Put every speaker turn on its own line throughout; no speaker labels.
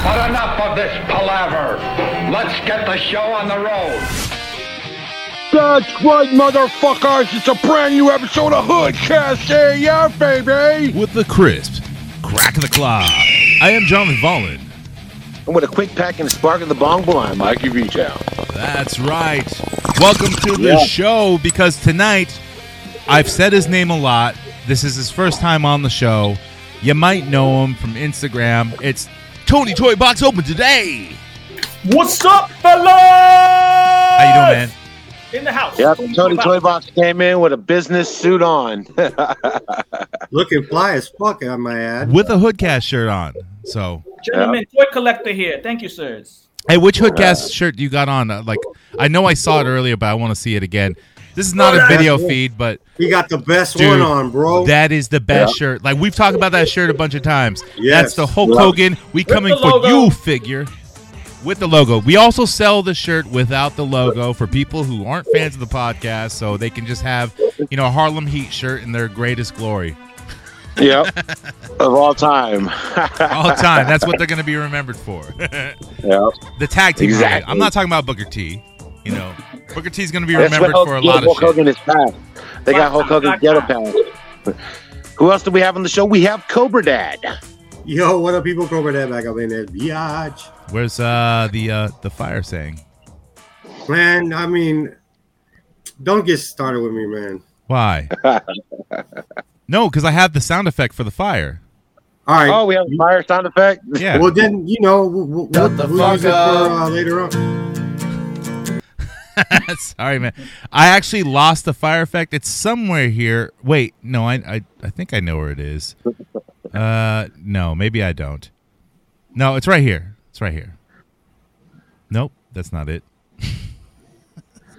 Enough of this palaver. Let's get the show on the road.
That's right, motherfuckers. It's a brand new episode of Hoodcast. Hey, yeah, baby.
with the crisp crack of the claw. I am John Mullen.
And with a quick pack and spark of the bong blind.
Mikey Reach out.
That's right. Welcome to the show because tonight I've said his name a lot. This is his first time on the show. You might know him from Instagram. It's Tony Toy Box Open today.
What's up, fella?
How you doing, man?
In the house.
Yep, Tony Toybox came in with a business suit on.
Looking fly as fuck, I might add.
With a Hoodcast shirt on. So,
Gentlemen, toy collector here. Thank you, sirs.
hey, which Hoodcast shirt you got on? Uh, Like, I know I saw it earlier, but I want to see it again. This is
Oh,
not a video feed, but
He got the best
Dude,
one on, bro.
That is the best shirt. Like we've talked about that shirt a bunch of times.
Yes.
That's the Hulk
Love
Hogan. We coming
the
for
logo.
you figure with the logo. We also sell the shirt without the logo for people who aren't fans of the podcast, so they can just have you know a Harlem Heat shirt in their greatest glory
yep, of all time.
all the time. That's what they're going to be remembered for.
Yep.
The tag team.
Exactly.
rally. I'm not talking about Booker T. You know, Booker T's going to be
That's
remembered
what
for a
Hulk-
lot of
Hulk
shit.
Hogan is packed. They got Hulk Hogan ghetto pack. Who else do we have on the show? We have Cobra Dad.
Yo, what up, people? Cobra that back up in that biatch.
Where's uh the uh the fire saying?
Man, I mean, don't get started with me, man.
Why? no, because I have the sound effect for the fire.
All right.
Oh, we have a fire sound effect.
Yeah.
Well, then, you know, we'll, we'll,
Shut the
we'll
fuck
use it for
up.
uh, later on.
Sorry, man. I actually lost the fire effect. It's somewhere here. Wait, no, I I, I think I know where it is. Uh, no, maybe I don't. No, it's right here. It's right here. Nope, that's not it.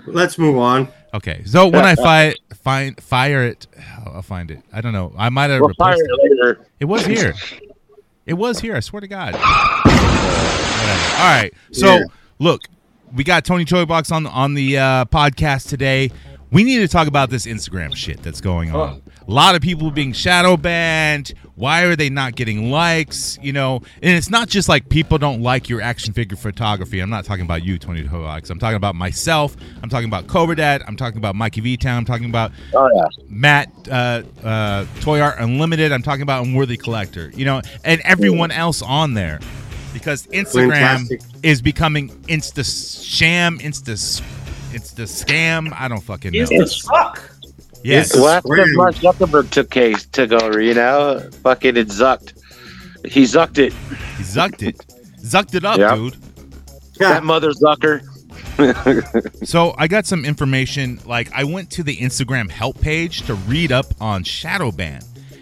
Let's move on.
Okay, so when I fi- find fire it, I'll find it. I don't know. I might have
We'll fire
replaced it.
it later.
It was here. It was here. I swear to God. Whatever. All right. So
Yeah.
look, we got Tony Toybox on on the uh, podcast today. We need to talk about this Instagram shit that's going on. A lot of people being shadow banned. Why are they not getting likes? You know, and it's not just like people don't like your action figure photography. I'm not talking about you, Tony Toybox. I'm talking about myself. I'm talking about Cobra Dad. I'm talking about Mikey V Town. I'm talking about
Oh, yeah.
Matt, uh, uh, Toy Art Unlimited. I'm talking about Unworthy Collector, you know, and everyone else on there, because Instagram
Fantastic.
is becoming insta sham, insta, insta scam. I don't fucking know.
Is the suck.
yes,
Well, that's
Scream.
because Mark Zuckerberg took, case, took over, you know? Fucking it zucked. He zucked it.
he zucked it, zucked it up,
Yeah.
dude. Ah.
That mother zucker.
So I got some information. Like I went to the Instagram help page to read up on shadow ban,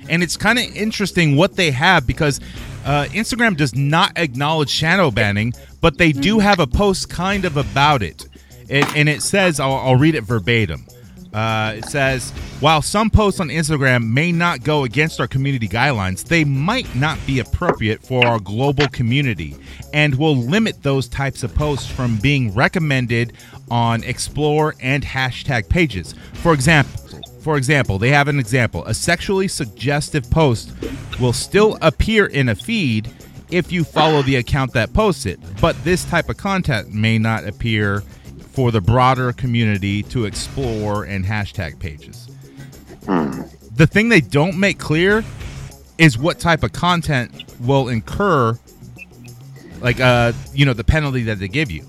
and it's kind of interesting what they have because uh, Instagram does not acknowledge shadow banning, but they do have a post kind of about it, and, and it says I'll, I'll read it verbatim. Uh, it says, while some posts on Instagram may not go against our community guidelines, they might not be appropriate for our global community and will limit those types of posts from being recommended on explore and hashtag pages. For example, for example, they have an example. A sexually suggestive post will still appear in a feed if you follow the account that posts it, but this type of content may not appear for the broader community to explore and hashtag pages.
Hmm.
The thing they don't make clear is what type of content will incur like uh you know the penalty that they give you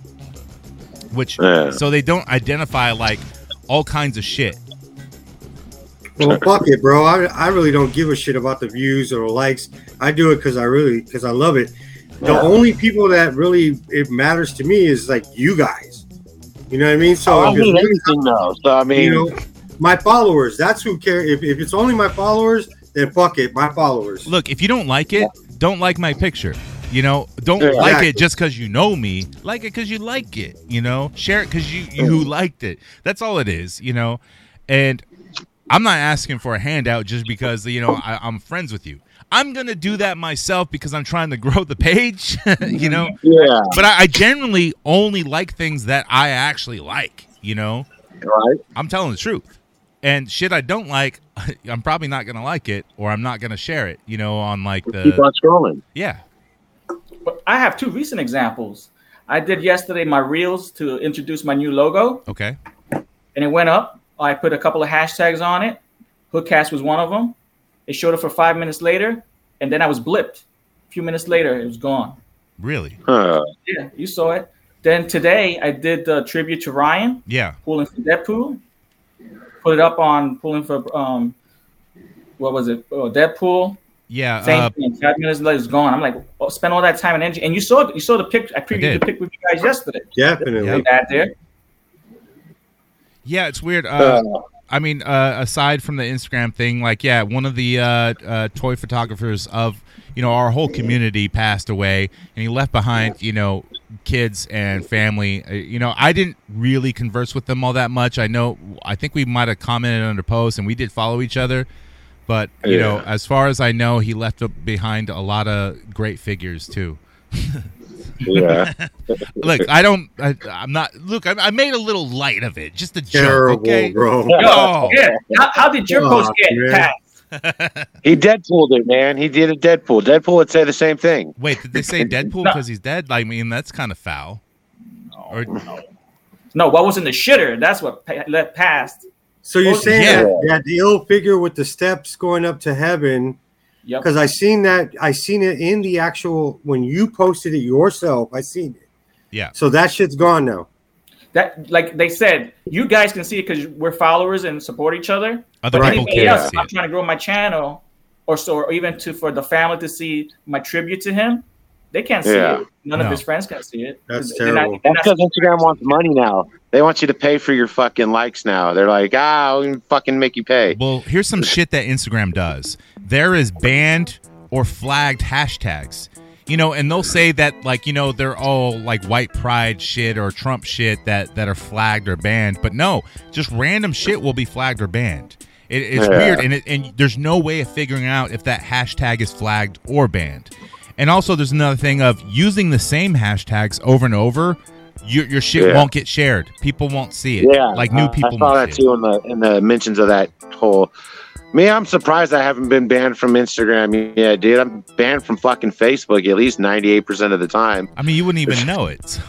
which
Yeah.
so they don't identify like all kinds of shit
Well, fuck it, bro. I, I really don't give a shit about the views or likes. I do it because I really because I love it. The only people that really it matters to me is like you guys. You know what I mean? So
Oh,
Oh,
I
if it's
mean,
really-
everything though. So I mean,
you know, my followers. That's who care. If, if it's only my followers, then fuck it, my followers.
look if you don't like it don't like my picture you know don't
Yeah.
like it
Exactly.
just because you know me like it because you like it you know share it because you you liked it that's all it is you know and i'm not asking for a handout just because you know I, i'm friends with you i'm gonna do that myself because i'm trying to grow the page you know
yeah,
but I, I generally only like things that i actually like you know
right.
I'm telling the truth. And shit I don't like, I'm probably not gonna like it, or I'm not gonna share it. You know, on like
Keep
the
on scrolling.
yeah,
But I have two recent examples. I did yesterday my reels to introduce my new logo,
Okay.
and it went up. I put a couple of hashtags on it. Hookcast was one of them. It showed up for five minutes later, and then I was blipped. A few minutes later, it was gone.
Really?
Huh.
Yeah, you saw it. Then today, I did the tribute to Ryan,
Yeah.
pulling for Deadpool. Put it up on pulling for um, what was it? Oh, Deadpool.
Yeah.
Same
Uh,
thing. Five minutes later, it's gone. I'm like, oh, spend all that time and energy. And you saw, you saw the pic. I previewed
did.
the pic with you guys yesterday.
Definitely.
Yep.
That there.
yeah. It's weird. Uh,
Uh,
I mean, uh, aside from the Instagram thing, like, yeah, one of the uh, uh, toy photographers of you know our whole community passed away, and he left behind you know kids and family. Uh, You know, I didn't really converse with them all that much. I know, I think we might have commented under posts, and we did follow each other. But you know,
Yeah.
as far as I know, he left behind a lot of great figures too.
yeah.
Look, I don't. I, I'm not. Look, I, I made a little light of it, just a joke.
Terrible,
Okay.
bro.
No.
Yeah. How, how did your
Oh,
post get
man.
passed?
He Deadpooled it, man. He did a Deadpool. Deadpool would say the same thing.
Wait, did they say Deadpool because he's dead? Like, I mean, that's kind of foul. Or,
No, what was in the shitter? That's what pa- left passed.
So you're
Oh,
saying
yeah.
that, that the ill figure with the steps going up to heaven?
Yep.
Because I seen that. I seen it in the actual when you posted it yourself. I seen it.
Yeah.
So that shit's gone now.
That like they said, you guys can see it because we're followers and support each other.
other
Right.
people
Anybody
can't
else, if
see
I'm
it.
trying to grow my channel, or so, or even to for the family to see my tribute to him. They can't see
Yeah.
it. None
No.
of his friends can see it.
That's
They're not-
terrible.
they're
That's
not-
because Instagram wants money now. They want you to pay for your fucking likes now. They're like, ah, we can fucking make you pay.
Well, here's some shit that Instagram does. There is banned or flagged hashtags. You know, and they'll say that like, you know, they're all like white pride shit or Trump shit that that are flagged or banned, but no, just random shit will be flagged or banned. It, it's
Yeah.
weird and it, and there's no way of figuring out if that hashtag is flagged or banned. And also there's another thing of using the same hashtags over and over, your, your shit
Yeah.
won't get shared. People won't see it.
Yeah,
like new
Uh, I-
people
I saw
won't
that
see it.
too in the in the mentions of that whole. Me, I'm surprised I haven't been banned from Instagram yet, dude. I'm banned from fucking Facebook at least 98% of the time.
I mean, you wouldn't even know it. So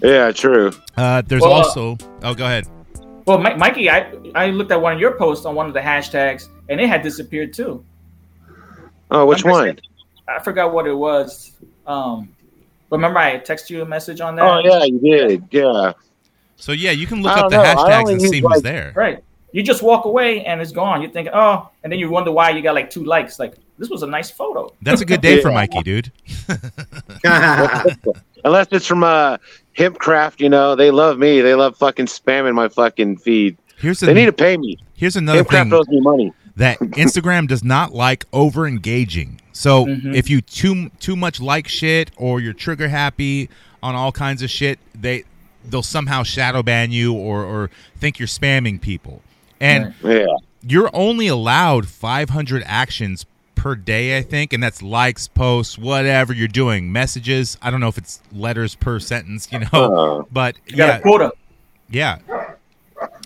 Yeah, true.
Uh, there's
Well, uh,
also. oh, go ahead.
Well, Mi- Mikey, I I looked at one of your posts on one of the hashtags, and it had disappeared too.
Oh, which
Remember I
one?
said- I forgot what it was. Um, remember I texted you a message on that.
Oh, yeah, you did. Yeah.
So yeah, you can look
I
up the
don't know. I
hashtags
only
and
use,
see who's
like-
there.
Right. You just walk away and it's gone. You're thinking, oh, and then you wonder why you got like two likes. Like this was a nice photo.
That's a good day for
Yeah.
Mikey, dude.
Unless it's from uh, Hempcraft, you know, they love me. They love fucking spamming my fucking feed.
Here's
They need
a,
to pay me.
here's another
Hempcraft
thing
owes me money.
that Instagram does not like over engaging. So
Mm-hmm.
Mhm.
if you too too much like shit or you're trigger happy on all kinds of shit, they they'll somehow shadow ban you or or think you're spamming people. And
Right.
Yeah.
you're only allowed 500 actions per day, I think, and that's likes, posts, whatever you're doing, messages. I don't know if it's letters per sentence, you know,
Uh-huh.
but
You got
yeah,
a quota.
yeah.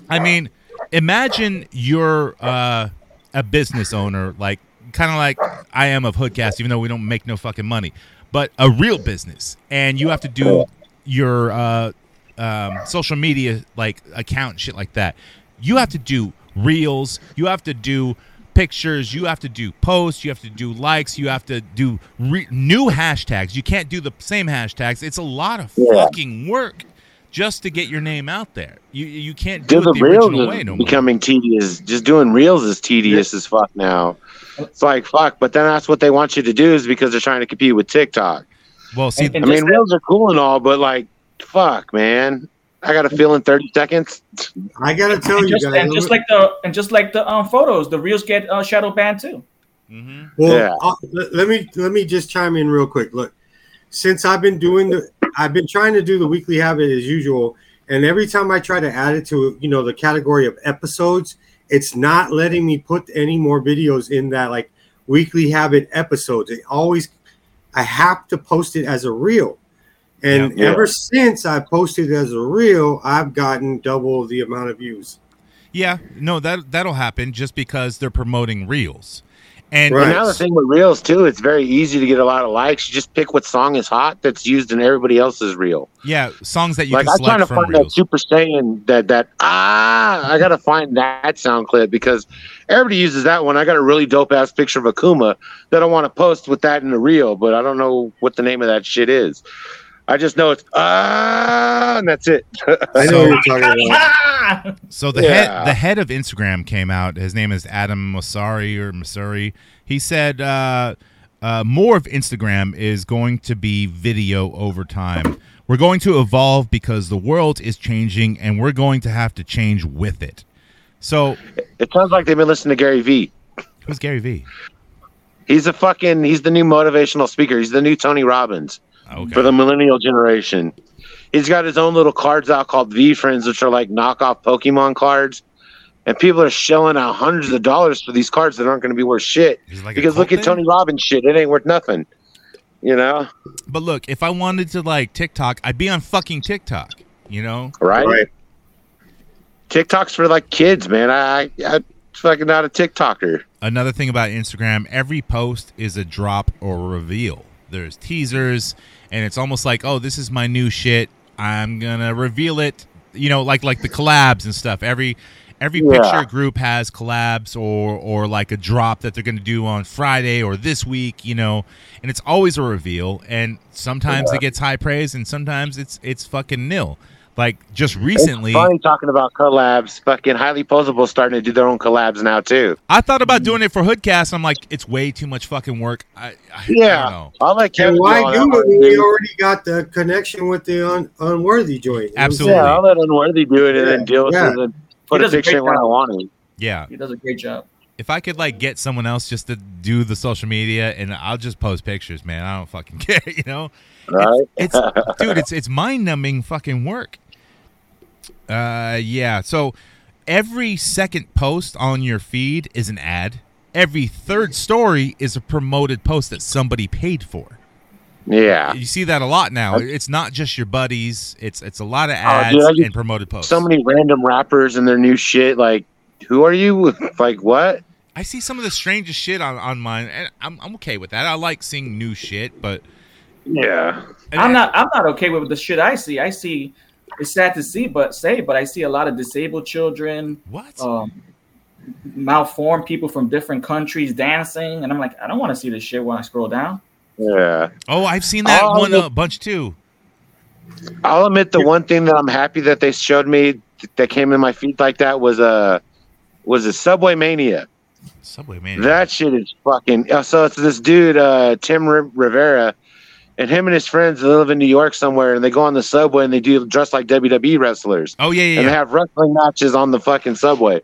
I mean, imagine you're uh, a business owner, like kind of like I am of Hoodcast, even though we don't make no fucking money, but a real business, and you have to do your uh, um, social media like account and shit like that. You have to do reels. You have to do pictures. You have to do posts. You have to do likes. You have to do re- new hashtags. You can't do the same hashtags. It's a lot of
Yeah.
fucking work just to get your name out there. You you can't do,
Dude, the
it the original
reels
way
is
no more.
becoming tedious. Just doing reels is tedious as fuck now. It's like fuck, but then that's what they want you to do is because they're trying to compete with TikTok.
well, see,
And-
I
and
mean,
just-
reels are cool and all, but like, fuck, man, I got to feel in thirty seconds.
I gotta tell
And
you
just,
guys.
and just like the and just like the um, photos, the reels get uh, shadow banned too.
mhm.
Well,
Yeah.
I'll- let, let me let me just chime in real quick. Look, since I've been doing the, I've been trying to do the weekly habit as usual, and every time I try to add it to you know the category of episodes, it's not letting me put any more videos in that like weekly habit episodes. It always, I have to post it as a reel, and
Yeah.
ever since I posted as a reel, I've gotten double the amount of views.
yeah, no, that that'll happen just because they're promoting reels. And
And now the thing with reels too, it's very easy to get a lot of likes. You just pick what song is hot that's used in everybody else's reel.
yeah, songs that you
like
can
I'm trying to
select
find
from reels.
that Super Saiyan that that ah I gotta find that sound clip because everybody uses that one. I got a really dope ass picture of Akuma that I want to post with that in the reel, but I don't know what the name of that shit is. I just know it's ah and that's it.
I know what you're talking about.
Ah!
So the
Yeah.
head the head of Instagram came out. His name is Adam Masari or Masuri. He said uh, uh, more of Instagram is going to be video over time. We're going to evolve because the world is changing, and we're going to have to change with it. So
It sounds like they've been listening to Gary Vee.
who's Gary Vee?
He's a fucking he's the new motivational speaker. He's the new Tony Robbins.
Oh, Okay.
for the millennial generation. He's got his own little cards out called V Friends, which are like knockoff Pokemon cards. And people are shelling out hundreds of dollars for these cards that aren't going to be worth shit.
Is it like a
because look
cult
at
thing?
Tony Robbins shit; it ain't worth nothing. You know,
But look, if I wanted to like TikTok, I'd be on fucking TikTok. You know,
right?
Right.
TikTok's for like kids, man. I, I, I'm fucking not a TikToker.
another thing about Instagram, every post is a drop or a reveal. There's teasers, and it's almost like, oh, this is my new shit. I'm gonna reveal it. You know, like like the collabs and stuff. Every every
Yeah.
picture group has collabs or or like a drop that they're gonna do on Friday or this week. You know, and it's always a reveal. And sometimes it gets high praise, and sometimes it's it's fucking nil. Like just recently,
It's funny talking about collabs. Fucking highly posable starting to do their own collabs now too.
I thought about doing it for Hoodcast. I'm like, it's way too much fucking work. I, I, I don't
Yeah,
know.
I'll let
And
Kevin.
why
go on
do
that
it
one,
when we
dude.
already got the connection with the un- unworthy joint? You know what I'm
Absolutely.
Yeah, I'll let Unworthy do it and then deal with
Yeah.
it and put
He
a
does a
picture
great
in when I
job.
want it.
Yeah.
He does a great job.
If I could like get someone else just to do the social media and I'll just post pictures, man. I don't fucking care, you know?
Right?
It's dude, it's it's mind numbing fucking work. Uh yeah. So every second post on your feed is an ad. Every third story is a promoted post that somebody paid for.
Yeah.
You see that a lot now. It's not just your buddies. It's it's a lot of ads
Oh, dude, I just-
and promoted posts.
So many random rappers and their new shit. Like, who are you? like, what?
I see some of the strangest shit on, on mine, and I'm, I'm okay with that. I like seeing new shit, but
Yeah.
I'm not. I'm not okay with the shit I see. I see. It's sad to see, but say, but I see a lot of disabled children,
What?
um, malformed people from different countries dancing, and I'm like, I don't want to see this shit when I scroll down.
Yeah.
oh, I've seen that
I'll
one
look-
a bunch too.
I'll admit the one thing that I'm happy that they showed me th- that came in my feed like that was Uh, was a Subway Mania.
Subway man.
That shit is fucking. uh, So it's this dude, uh, Tim Ri- Rivera, and him and his friends they live in New York somewhere, and they go on the subway and they do dress like WWE wrestlers.
oh yeah, yeah,
and
yeah.
they have wrestling matches on the fucking subway.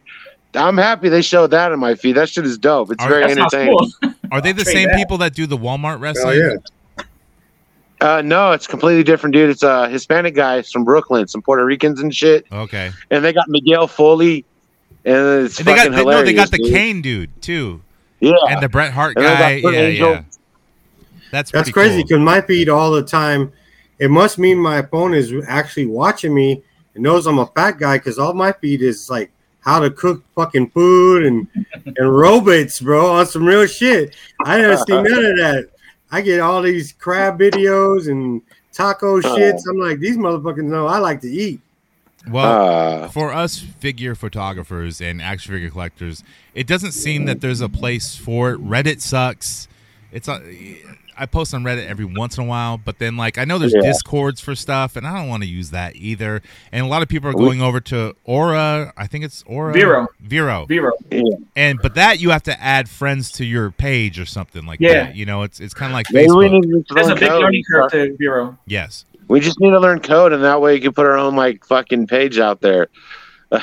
I'm happy they showed that in my feed. That shit is dope. It's
Are-
very
That sounds
entertaining.
cool.
Are they the
Trade
same
that.
people that do the Walmart
saying?
Oh,
wrestling?
Hell yeah.
Uh, no, it's completely different, dude. It's a Hispanic guy from Brooklyn, some Puerto Ricans and shit,
Okay.
and they got Miguel Foley, and it's
And they got they,
fucking
no,
hilarious.
they got the
dude.
Kane dude too,
yeah,
and the Bret Hart
And they got
guy. Yeah,
Kurt Angle.
yeah.
That's
That's pretty
crazy
Cool.
because my feed all the time, it must mean my opponent is actually watching me and knows I'm a fat guy because all my feed is like how to cook fucking food and and robots, bro, on some real shit. I never seen none of that. I get all these crab videos and
Oh.
taco shits. I'm like, these motherfuckers know I like to eat.
Well,
uh,
for us figure photographers and action figure collectors, it doesn't seem that there's a place for it. Reddit sucks. It's a, I post on Reddit every once in a while, but then like I know there's
Yeah.
discords for stuff, and I don't want to use that either. And a lot of people are going over to Aura. I think it's Aura
Vero.
Vero,
Vero.
and but that you have to add friends to your page or something like
Yeah.
that. You know, it's it's kind of like
maybe we
Facebook.
need to
There's
learn
a big
code.
learning curve to Vero.
Yes.
We just need to learn code, and that way you can put our own like fucking page out there, like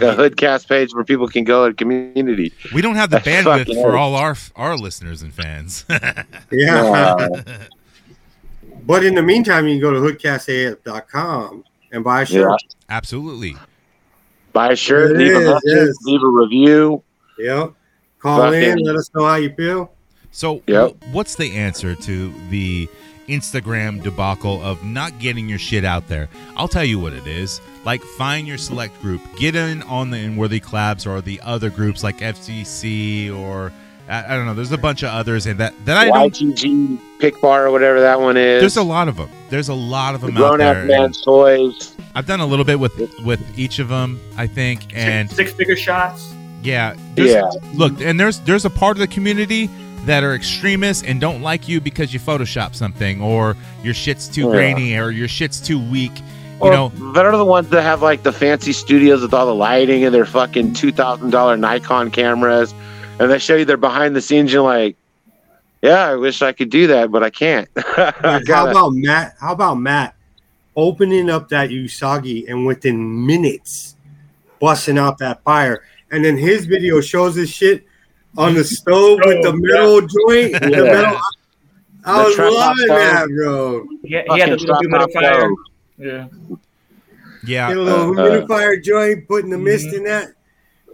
a hoodcast page where people can go and community.
We don't have the
That's
bandwidth
fucking
for all
old.
our our listeners and fans.
Yeah.
Yeah.
But in the meantime, you can go to hoodcastaf.com and buy a shirt.
Yeah.
Absolutely.
Buy a shirt,
It
leave
is,
a message,
yes.
leave a review.
Yep. Call in,
Fucking-
let us know how you feel.
So,
Yep.
wh- what's the answer to the Instagram debacle of not getting your shit out there? I'll tell you what it is. Like, find your select group, get in on the unworthy collabs or the other groups like FCC or I, I don't know. There's a bunch of others and that that I don't.
YGG Pick Bar or whatever that one is.
There's a lot of them. There's a lot of
The
them out
grown
there.
up man's toys.
I've done a little bit with with each of them, I think, and
six figure shots.
yeah, there's-
Yeah.
Look, and there's there's a part of the community that are extremists and don't like you because you Photoshop something or your shit's too
Yeah.
grainy or your shit's too weak. You
Or
know,
that are the ones that have like the fancy studios with all the lighting and their fucking two thousand dollar Nikon cameras, and they show you their behind the scenes. You're like, yeah, I wish I could do that, but I can't. I
Like, how
gotta-
about Matt? How about Matt opening up that Usagi and within minutes busting out that fire? And then his video shows this shit on the stove with the
Stove,
metal joint. The
Yeah.
metal. I
The
was
trap
loving
outside.
that, bro.
He had, he had a
Fucking
little
drop out
humidifier. Yeah.
yeah,
Get a little
Uh, uh.
humidifier joint, putting the mist
Mm-hmm.
in that.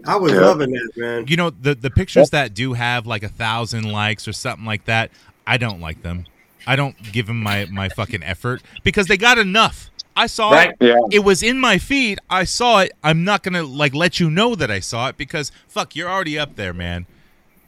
I was
Yeah.
loving that, man.
you know the the pictures that do have like a thousand likes or something like that. I don't like them. I don't give them my my fucking effort because they got enough. I saw
Right.
it.
Yeah.
It was in my feed. I saw it. I'm not gonna like let you know that I saw it because fuck, you're already up there, man.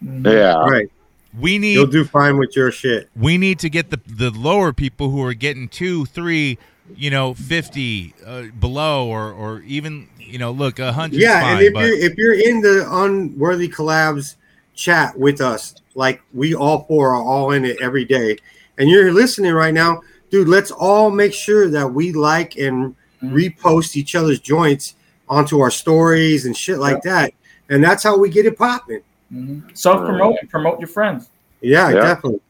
Yeah.
Right,
We need
you'll do fine with your shit.
we need to get the the lower people who are getting two, three, you know, fifty uh, below, or or even you know, look, a hundred.
yeah
fine,
and if
but
you're if you're in the unworthy collabs chat with us like we all four are all in it every day and you're listening right now dude let's all make sure that we like and
Mm-hmm.
repost each other's joints onto our stories and shit like that and that's how we get it popping
Self promote and Mm-hmm. promote your friends.
yeah,
Yeah.
definitely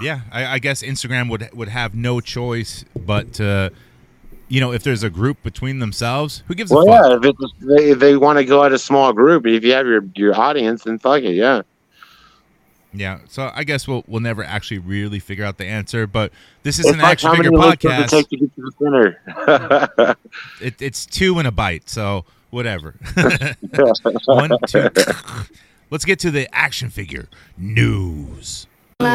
yeah, I, I guess Instagram would would have no choice but to, you know, if there's a group between themselves, who gives
Well,
a fuck?
yeah. If it's, they they want to go at a small group, if you have your your audience, then fuck it. Yeah.
Yeah. So I guess we'll we'll never actually really figure out the answer, but this is
It's
an
like
action
how
figure
many licks does
podcast.
It take to get to the center.
It, it's two and a bite, so whatever. One, two. Let's get to the action figure news.
Dr.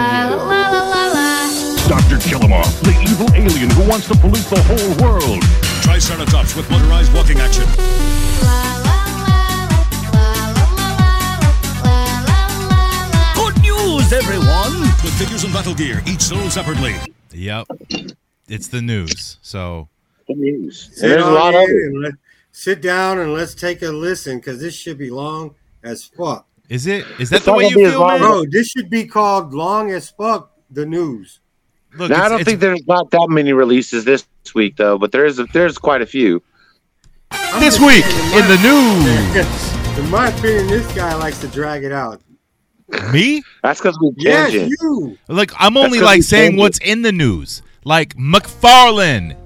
Killamoff, the evil alien who wants to pollute the whole world.
Triceratops with motorized walking action.
Good news, everyone!
With figures and battle gear, each sold separately.
Yep. It's the news. So
Sit
There's a
on
lot of
in
it.
and let- sit down and let's take a listen because this should be long as fuck
is it is that
It's
the
not
way
gonna
you
be as
feel,
long
man?
bro this should be called long as fuck the news
Look,
Now, I
it's-
don't
it's-
think there's not that many releases this week though, but there is a, there's quite a few.
this week in the news.
in my opinion this guy likes to drag it out
Me?
That's because we
Yes,
tangent.
you.
Like I'm only
gonna
like
be
saying
dangerous.
what's in the news. Like McFarlane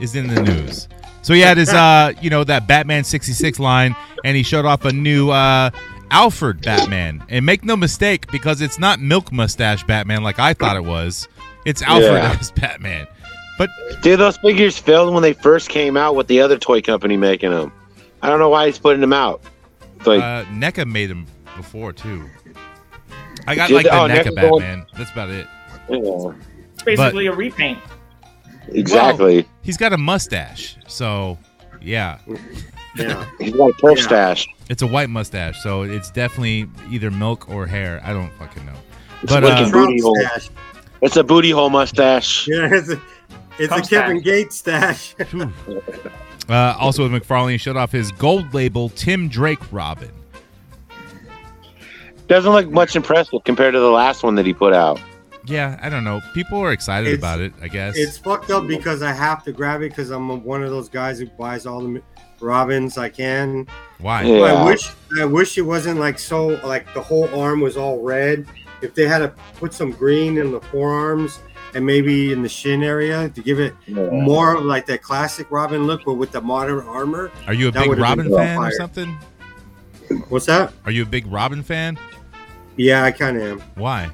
is in the news. So he had his uh, you know, that Batman 66 line and he showed off a new uh Alfred Batman. And make no mistake because it's not milk mustache Batman like I thought it was. It's Alfred
Yeah.
as Batman. But
Dude, those figures failed when they first came out with the other toy company making them. I don't know why he's putting them out. It's like,
uh, NECA made him before too. I got
Did-
like the E
oh,
NECA
NECA's the one-
Batman. That's about it.
you know,
It's basically a repaint.
exactly.
He's got a mustache, so yeah,
Yeah.
he's got a purse
Yeah.
stash.
it's a white mustache, so it's definitely either milk or hair. I don't fucking know.
It's
But
wicked
uh,
booty
Trump
hole.
stash.
It's a booty hole mustache.
Yeah, it's a, it's a
Trump
Kevin Gates stash.
uh, also with McFarlane, he showed off his gold label Tim Drake Robin.
Doesn't look much impressive compared to the last one that he put out.
Yeah, I don't know. People are excited
It's-
about it, I guess.
it's fucked up because I have to grab it because I'm one of those guys who buys all the Robins I can.
Why?
Yeah.
I wish I wish it wasn't like so like the whole arm was all red. If they had to put some green in the forearms and maybe in the shin area to give it more of like that classic Robin look, but with the modern armor.
Are you a
That
big
would've been
Robin
well
fan or
fired.
something?
What's that?
Are you a big Robin fan?
Yeah, I kind of am.
Why?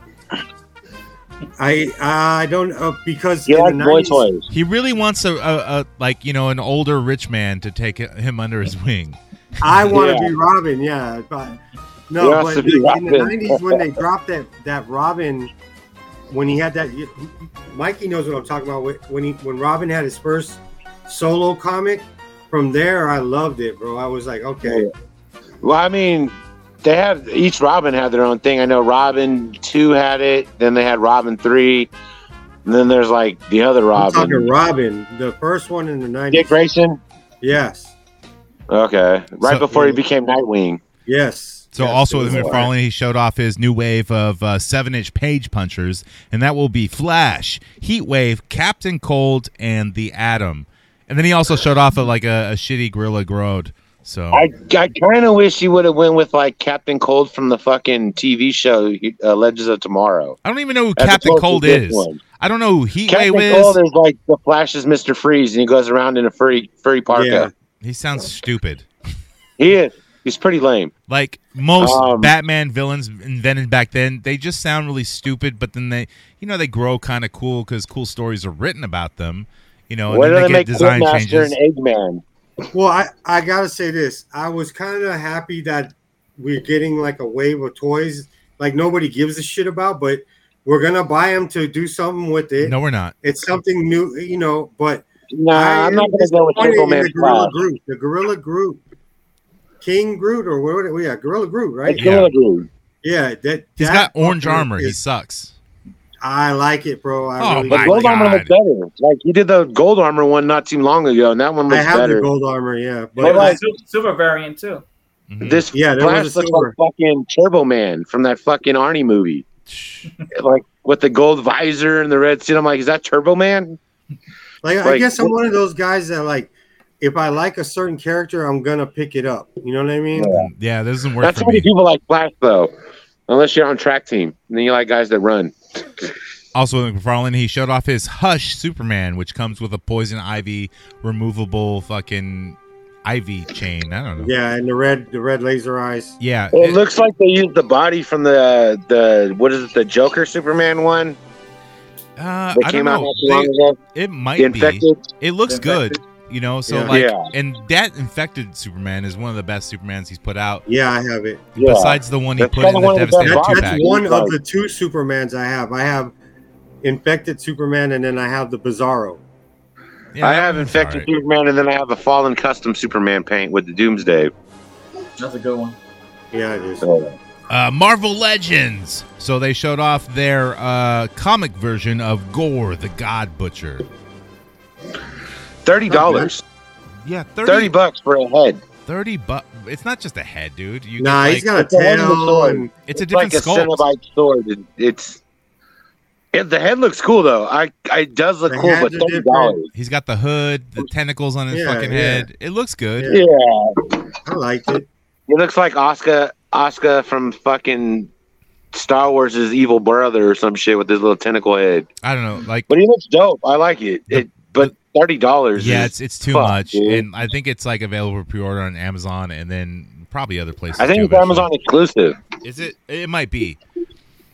I I don't uh, because
He
in
likes
the
boy
90s
toys.
He really wants a, a, a like you know an older rich man to take him under his wing.
I want to
Yeah.
be Robin, yeah. But
You
no,
have
but
to be
in the
Robin.
nineties when they dropped that that Robin, when he had that, you- Mikey knows what I'm talking about. Wh- When he when Robin had his first solo comic, from there I loved it, bro. I was like, okay,
Well, I mean, they have each Robin had their own thing. I know Robin two had it, then they had Robin three, and then there's like the other
I'm talking
Robin,
Robin, the first one in the
Dick
nineties.
Grayson.
Yes,
Okay, right
So-
before he became Nightwing.
yes.
So
yes,
also
it
with
was
Mick
wild.
Farley, he showed off his new wave of uh, seven-inch page punchers, and that will be Flash, Heat Wave, Captain Cold, and the Atom. And then he also showed off a, like a, a shitty Gorilla Grodd. So
I, I kind of wish he would have went with like Captain Cold from the fucking TV show uh, Legends of Tomorrow.
I don't even know who
As
Captain
opposed to
Cold
this
is.
one.
I don't know who Heat
Captain
Wave
Cold
is.
is like the Flash's Mister Freeze, and he goes around in a furry furry parka.
Yeah.
He sounds stupid.
He is. He's pretty lame.
Like most
Um,
Batman villains invented back then, they just sound really stupid. But then they, you know, they grow kind of cool because cool stories are written about them. You know, Oh, and
Why
then
don't
they
they
get
make
design
Quidmaster
changes.
and Eggman?
Well, I, I gotta say this. I was kind of happy that we're getting like a wave of toys like nobody gives a shit about, but we're gonna buy them to do something with it.
No, we're not.
It's something new, you know. But
Nah, I'm not gonna go with
disappointed
Turbo
in
Man
the Gorilla
Flash.
Groot, the Gorilla Groot, King Groot, or what? Yeah, Gorilla Groot, right?
It's Gorilla Groot.
Yeah, that
He's
that
got orange
fucker
armor. He
is-
sucks.
I like it, bro. I
Oh,
really
my
But
do.
gold armor
God.
looks better. Like he did the gold armor one not too long ago, and that one
I
looks
have the
better.
gold armor, yeah,
But
but
like-
Sil- silver variant too.
Mhm.
This
Yeah, there
Flash
was
looks
a silver.
like fucking Turbo Man from that fucking Arnie movie, like with the gold visor and the red suit. I'm like, is that Turbo Man?
Like, I
Like-
guess I'm one of those guys that like, if I like a certain character, I'm gonna pick it up. You know what I mean?
Mm-hmm. Yeah, that doesn't work
That's
for
how many
me.
people like Flash though, unless you're on track team, and then you like guys that run.
Also, with McFarlane, he showed off his Hush Superman, which comes with a poison ivy removable fucking ivy chain. I don't know.
Yeah, and the red, the red laser eyes.
Yeah,
It
it-
looks like they used the body from the the what is it, the Joker Superman one
uh,
that
I don't
came out
know.
not too long ago.
They- it might
The infected.
be. It looks
The
good, you know. So
Yeah.
like,
Yeah.
and that infected Superman is one of the best Supermans he's put out.
Yeah, I have it.
Yeah.
Besides the one he
That's
put in
kinda
the
one of the best
Devastator
That,
Bob
two
that's
pack.
Bag.
one of the two Supermans I have. I have infected Superman, and then I have the Bizarro.
Yeah,
I
that
have
one's
infected
alright.
Superman, and then I have a fallen custom Superman paint with the Doomsday.
That's a good one.
Yeah, it is.
So,
Uh, Marvel Legends. So they showed off their uh, comic version of Gore the God Butcher.
Thirty dollars,
Yeah,
thirty bucks for a head.
30 bucks. It's not just a head, dude. You
Nah,
get,
he's
like-
got a
It's a head and a
tail.
sword.
And,
It's a
It's
different
like a
sculpt.
Cenobite sword. It, it's it, the head looks cool though. I I it does look
The
cool,
heads
but
are
thirty
different.
dollars.
He's got the hood, the tentacles on his
Yeah,
fucking
yeah.
head. It looks good.
Yeah.
Yeah,
I liked it.
it looks like Oscar Oscar from fucking Star Wars' evil brother or some shit with his little tentacle head.
I don't know, like
But he looks dope. I like it. it but thirty dollars.
yeah, it's it's too
fuck,
much,
dude.
and I think it's like available for pre-order on Amazon and then probably other places.
I
too,
think it's
eventually.
Amazon exclusive.
Is it? It might be.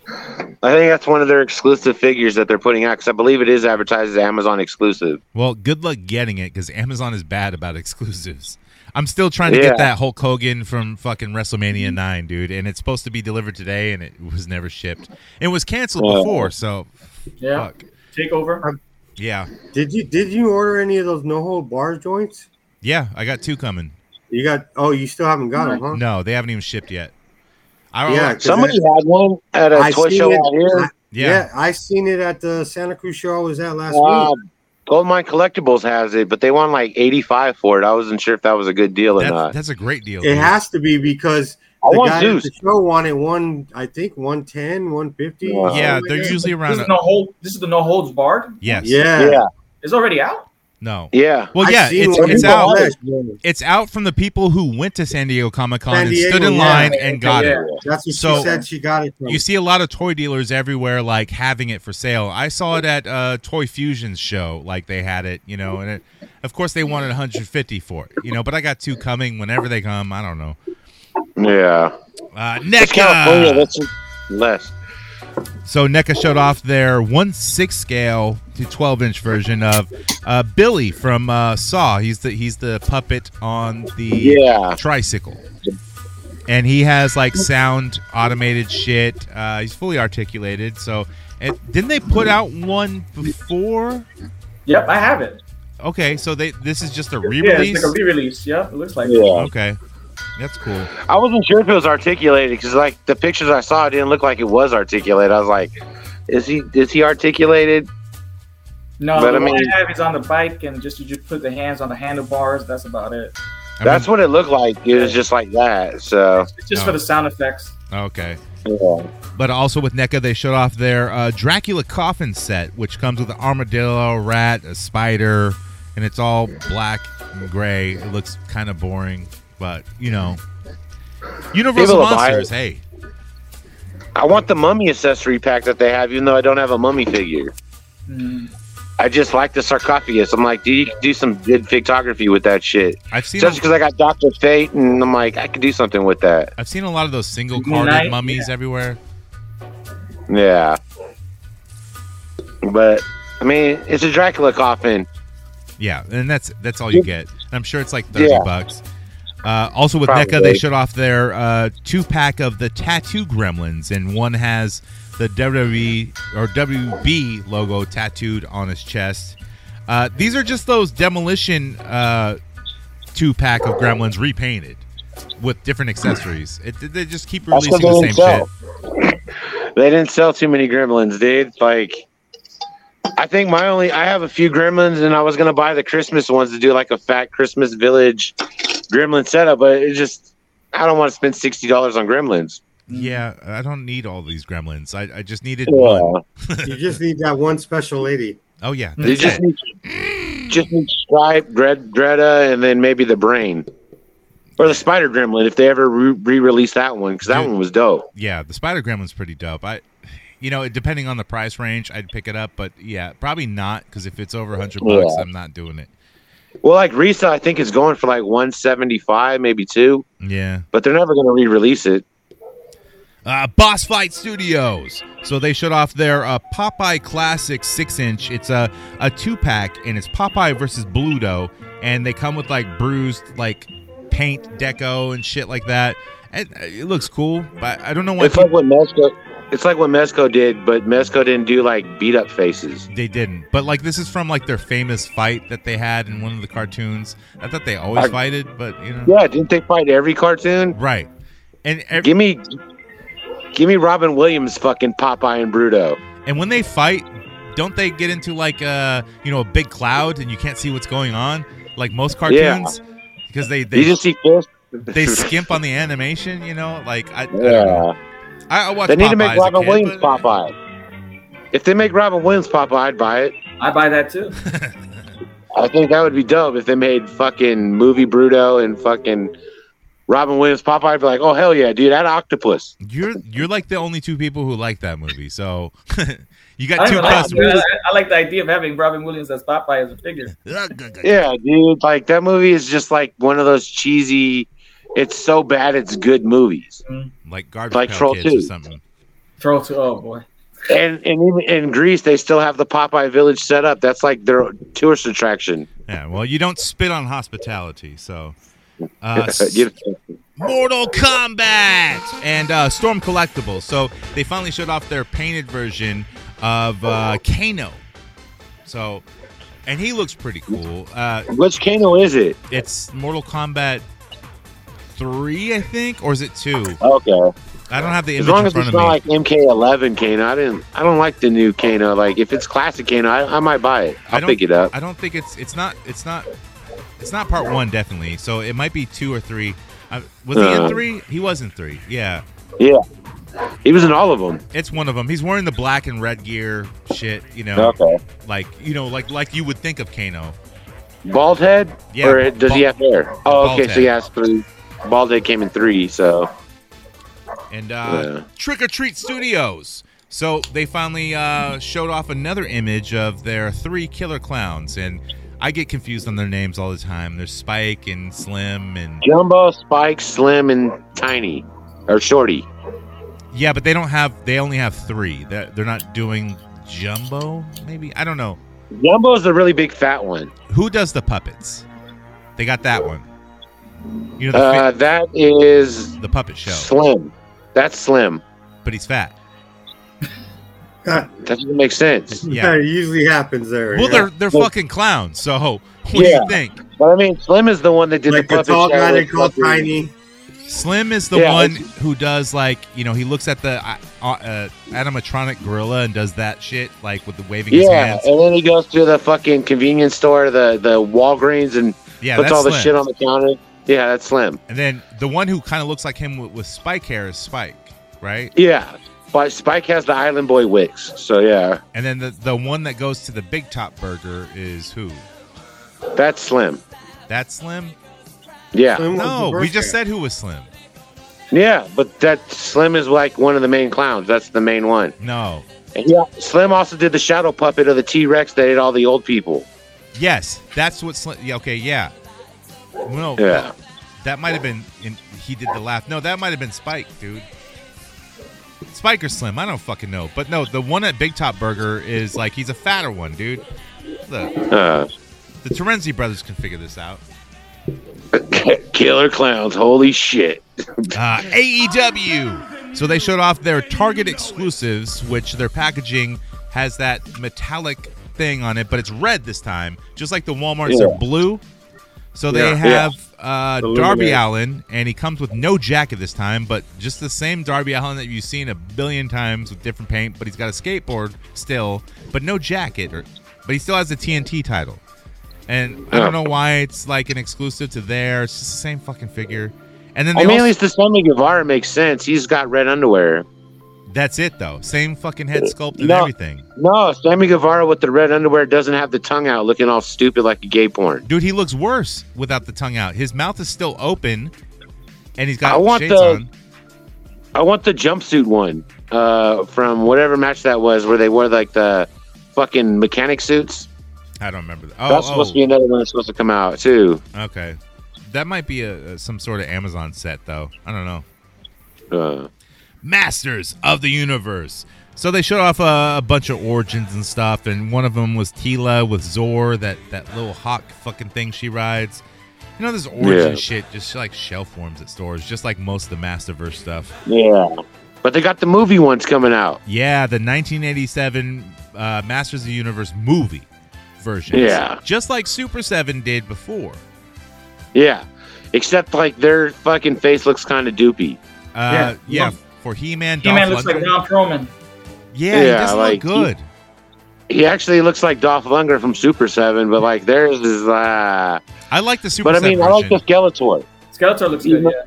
I think that's one of their exclusive figures that they're putting out because I believe it is advertised as Amazon exclusive.
Well, good luck getting it because Amazon is bad about exclusives. I'm still trying to
Yeah. Mm-hmm.
get that Hulk Hogan from fucking WrestleMania Nine, dude, and it's supposed to be delivered today, and it was never shipped. It was canceled
Yeah.
before, so
Yeah.
fuck.
Take over.
Yeah,
Did you did you order any of those no hold bar joints?
yeah, I got two coming.
You got? Oh, you still haven't got them, huh?
No, they haven't even shipped yet. I
Yeah,
yeah,
'cause
Somebody had one at a
I
toy
seen
show
it.
out here.
Yeah.
yeah.
I seen it at the Santa Cruz show I was at last
Uh,
week.
Goldmine Collectibles has it, but they want like eighty five for it. I wasn't sure if that was a good deal or
That's,
not.
that's a great deal.
It
dude.
has to be because
I
the
want
guy at
Zeus.
the show wanted one, I think 110, 150.
Wow.
something
yeah,
like
they're
that.
usually
This
around.
is
A,
no hold. This is the no holds barred.
yes.
Yeah.
Yeah,
It's already out.
No.
yeah.
Well,
I
yeah,
seen
it's,
one
it's
in
out.
flesh, man.
It's out from the people who went to San Diego Comic Con
San
and stood
Diego,
in
yeah.
line and got
Yeah.
it.
That's what
So-
she said she got it from.
You see a lot of toy dealers everywhere, like having it for sale. I saw it at uh, Toy Fusion's show, like they had it, you know, and it, of course they wanted 150 for it, you know. But I got two coming whenever they come. I don't know.
Yeah.
Uh,
It's California.
NECA.
That's less.
So NECA showed off their one six scale to twelve inch version of uh, Billy from uh, Saw. He's the he's the puppet on the
Yeah.
tricycle, and he has like sound automated shit. Uh, he's fully articulated. So and didn't they put out one before?
Yep, I have it.
Okay, so they this is just a
Yeah,
re-release.
it's like a re-release. Yeah, it looks like.
Yeah.
okay, That's cool.
I wasn't sure if it was articulated because like the pictures I saw, it didn't look like it was articulated. I was like, is he is he articulated?
No,
But
the
I
one
mean-
I have is on the bike and just you just put the hands on the handlebars. That's about it.
I
That's what it looked like. It was just like that. So
It's just
No.
for the sound effects.
mean, okay.
yeah.
But also with NECA, they showed off their uh, Dracula coffin set, which comes with an armadillo, rat, a spider, and it's all black and gray. It looks kind of boring, but you know, Universal
People will buy
monsters. Hey,
I want the mummy accessory pack that they have, even though I don't have a mummy figure.
Mm.
I just like the sarcophagus. I'm like, do you could do some good photography with that shit?
I've seen
Just
a,
because I got Doctor Fate, and I'm like, I could do something with that.
I've seen a lot of those single
Moon
carded
Knight,
mummies everywhere.
Yeah. But I mean, it's a Dracula coffin.
Yeah, and that's that's all you get. And I'm sure it's like thirty
Yeah.
bucks. Uh, also with NECA, they
Probably.
showed off their uh, two pack of the tattoo gremlins, and one has the WWE or WB logo tattooed on his chest. Uh, these are just those demolition uh, two pack of gremlins repainted with different accessories. It, they just keep
That's
releasing the
what
same
they
shit.
didn't They didn't sell too many gremlins, dude. Like, I think my only, I have a few gremlins, and I was gonna buy the Christmas ones to do like a fat Christmas village gremlin setup, but it just, I don't want to spend sixty dollars on gremlins.
Yeah, I don't need all these gremlins. I, I just needed one.
Yeah.
You just need that one special lady.
Oh yeah,
You
that's
just
it.
need, just need Stripe, Dred, Dreda, and then maybe the brain. Or the Spider Gremlin, if they ever re release that one, because that
Dude.
one was dope.
yeah, the Spider Gremlin's pretty dope. I, you know, depending on the price range, I'd pick it up, but yeah, probably not because if it's over hundred bucks,
Yeah.
I'm not doing it.
Well, like Risa, I think is going for like 175, maybe two,
Yeah.
but they're never going to re-release it.
Uh, Boss Fight Studios. So they showed off their uh, Popeye Classic six inch. It's a a two pack, and it's Popeye versus Bluto, and they come with like bruised like paint deco and shit like that. It, it looks cool, but I don't know why
It's like what Mesco, it's like what Mesco did, but Mesco didn't do like beat up faces.
They didn't. But like this is from like their famous fight that they had in one of the cartoons. I thought they always
I-
fighted, but you know.
Yeah, didn't they fight every cartoon?
Right. And ev-
Give me, give me Robin Williams fucking Popeye and Bruto.
and when they fight, don't they get into like a you know a big cloud and you can't see what's going on like most
Yeah.
cartoons because they they
you just see fish.
they skimp on the animation. You know, like I I, don't know.
Yeah,
I, I watched
they need to
Popeye
make
as a
Robin
kid,
Williams
but-
Popeye. If they make Robin Williams Popeye, I'd buy it.
I buy that too.
I think that would be dope if they made fucking movie Bruto and fucking Robin Williams Popeye. I'd be like, oh hell yeah, dude, that octopus.
You're you're like the only two people who like that movie. So you
I,
got
don't
two
know, I,
customers.
I- I like the idea of having Robin Williams as Popeye as a figure.
Yeah, dude, like that movie is just like one of those cheesy. It's so bad, it's good movies.
Like garbage
Like
Pail
Troll
kids or
two.
something.
Troll to oh boy.
And and even in Greece, they still have the Popeye Village set up. That's like their tourist attraction.
Yeah, well, you don't spit on hospitality, so. Uh,
You-
Mortal Kombat and uh, Storm Collectibles. So they finally showed off their painted version of uh, Kano. So, and he looks pretty cool. Uh,
which Kano is it?
it's Mortal Kombat three, I think, or is it two?
Okay,
I don't have the
as
image
long
in
as
front
it's
of
not
me.
like MK11 Kano. I didn't. I don't like the new Kano. Like if it's classic Kano, I, I might buy it.
I
I'll
don't-
pick it up.
I don't think it's it's not it's not it's not part one definitely. So it might be two or three. I, was he in
Uh.
three? He was in three. Yeah.
He was in all of them.
It's one of them. He's wearing the black and red gear shit, you know,
Okay.
like you know, like like you would think of Kano.
Bald head?
Yeah,
Or does he have hair? Oh,
bald
okay.
head.
So he has three. Bald head came in three. So
And uh,
Yeah.
Trick or Treat Studios. So they finally uh, showed off another image of their three killer clowns, and I get confused on their names all the time. There's Spike and Slim, and
Jumbo, Spike, Slim, and Tiny, or Shorty.
yeah, but they don't have. They only have three. They're, they're not doing Jumbo. Maybe I don't know
Jumbo's the really big fat one.
who does the puppets. They got that one. You know the,
Uh, that is
fa- the puppet show,
Slim. That's Slim.
but he's fat.
That,
That doesn't make sense.
Yeah.
that usually happens there.
Well,
you know?
they're they're
Well-
fucking clowns. So what do
Yeah.
you think?
But I mean, Slim is the one that did
like
the
the
puppet
tall
show
guy they
with
call
fucking-
Tiny.
Slim is the
Yeah,
one
it's-
who does like you know he looks at the uh, uh, animatronic gorilla and does that shit like with the waving his
Yeah,
hands.
and then he goes to the fucking convenience store, the the Walgreens, and
Yeah,
puts
that's
all the
Slim.
shit on the counter. Yeah, that's Slim.
And then the one who kind of looks like him with, with spike hair is Spike, right?
Yeah, but Spike has the Island Boy Wicks, so yeah,
And then the the one that goes to the Big Top Burger is who?
that's Slim.
That's Slim.
Yeah,
Slim was the
No, we
first
just
guy.
said who was Slim.
yeah, but that Slim is like one of the main clowns. That's the main one.
No.
And yeah, Slim also did the shadow puppet of the T Rex that ate all the old people.
Yes, that's what Slim. Yeah, okay, yeah. No,
Yeah.
that might have been. In, he did the laugh. No, that might have been Spike, dude. Spike or Slim, I don't fucking know. But no, the one at Big Top Burger is like he's a fatter one, dude. The
Uh,
the Terenzi brothers can figure this out.
killer clowns, holy shit!
Uh, AEW. So they showed off their Target exclusives, which their packaging has that metallic thing on it, but it's red this time, just like the Walmarts
Yeah.
are blue. So they
Yeah.
have uh,
The
Darby
Illuminati.
Allen, and he comes with no jacket this time, but just the same Darby Allen that you've seen a billion times with different paint. But he's got a skateboard still, but no jacket, or, but he still has the TNT title. And I don't know why it's like an exclusive to there. It's just the same fucking figure. And then
I
they
mean,
also-
Oh, at least the Sammy Guevara makes sense. He's got red underwear.
That's it though. Same fucking head sculpt and
No.
everything.
No, Sammy Guevara with the red underwear doesn't have the tongue out, looking all stupid like a gay porn.
Dude, he looks worse without the tongue out. His mouth is still open and he's got
I want
shades
the-
on.
I want the jumpsuit one uh, from whatever match that was, where they wore like the fucking mechanic suits.
I don't remember. That.
That's supposed to be
Oh,
another one that's supposed to come out too.
oh, okay. That might be a, a some sort of Amazon set though. I don't know.
Uh,
Masters of the Universe. So they showed off a, a bunch of origins and stuff, and one of them was Tila with Zor, that that little hawk fucking thing she rides. You know this origin
Yeah.
shit, just like shell forms at stores, just like most of the Masterverse stuff.
yeah, but they got the movie ones coming out.
Yeah, the 1987 uh, Masters of the Universe movie version.
Yeah.
Just like Super 7 did before.
Yeah, except like their fucking face looks kind of doopy.
Uh, yeah.
Yeah.
for He-Man,
He
Dolph
man looks like
Lundgren.
Ron Perlman.
yeah, he
Yeah,
doesn't
like,
look good.
He actually looks like Dolph Lundgren from Super Seven, but like theirs is uh
I like the Super
But I
7
mean, I like
version.
the Skeletor.
Skeletor looks good.
Yeah.
Yeah.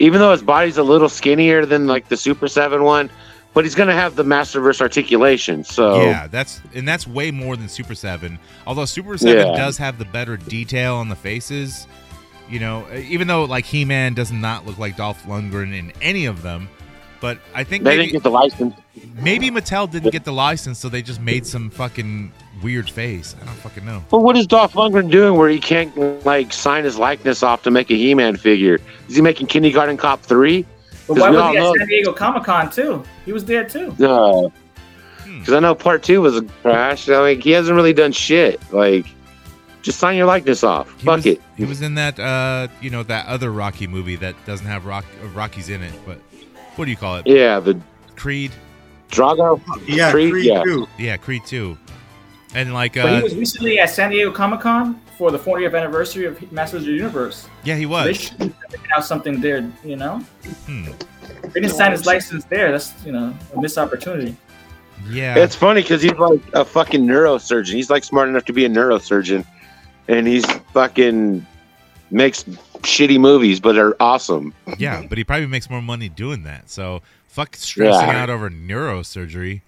even though his body's a little skinnier than like the Super Seven one, but he's gonna have the Masterverse articulation. So
Yeah, that's and that's way more than Super Seven. Although Super Seven
Yeah.
does have the better detail on the faces, you know. Even though like He Man does not look like Dolph Lundgren in any of them, but I think
they
maybe,
didn't get the license.
maybe Mattel didn't get the license, so they just made some fucking weird face. I don't fucking know.
But what is Dolph Lundgren doing where he can't like sign his likeness off to make a He-Man figure? Is he making Kindergarten Cop three?
But
'Cause
why
we
was
all
he at
know-
San Diego Comic Con too? He was there too.
No,
Hmm.
because Uh, I know part two was a crash. I mean, he hasn't really done shit. Like, just sign your likeness off.
He
Fuck
was,
it.
He was in that uh, you know, that other Rocky movie that doesn't have Rock uh, Rocky's in it, but what do you call it?
Yeah, the
Creed.
Drago.
Yeah,
Creed,
Creed,
yeah.
too.
Yeah, Creed Two. And like,
But
uh,
he was recently at San Diego Comic Con for the 40th anniversary of Masters of the Universe.
yeah, he
They
was.
should have something there, you know.
Hmm.
They can sign his license there. That's you know a missed opportunity.
Yeah,
It's funny because he's like a fucking neurosurgeon. He's like smart enough to be a neurosurgeon, and he's fucking makes shitty movies, but are awesome.
Yeah, but he probably makes more money doing that. So fuck stressing
Yeah.
out over neurosurgery.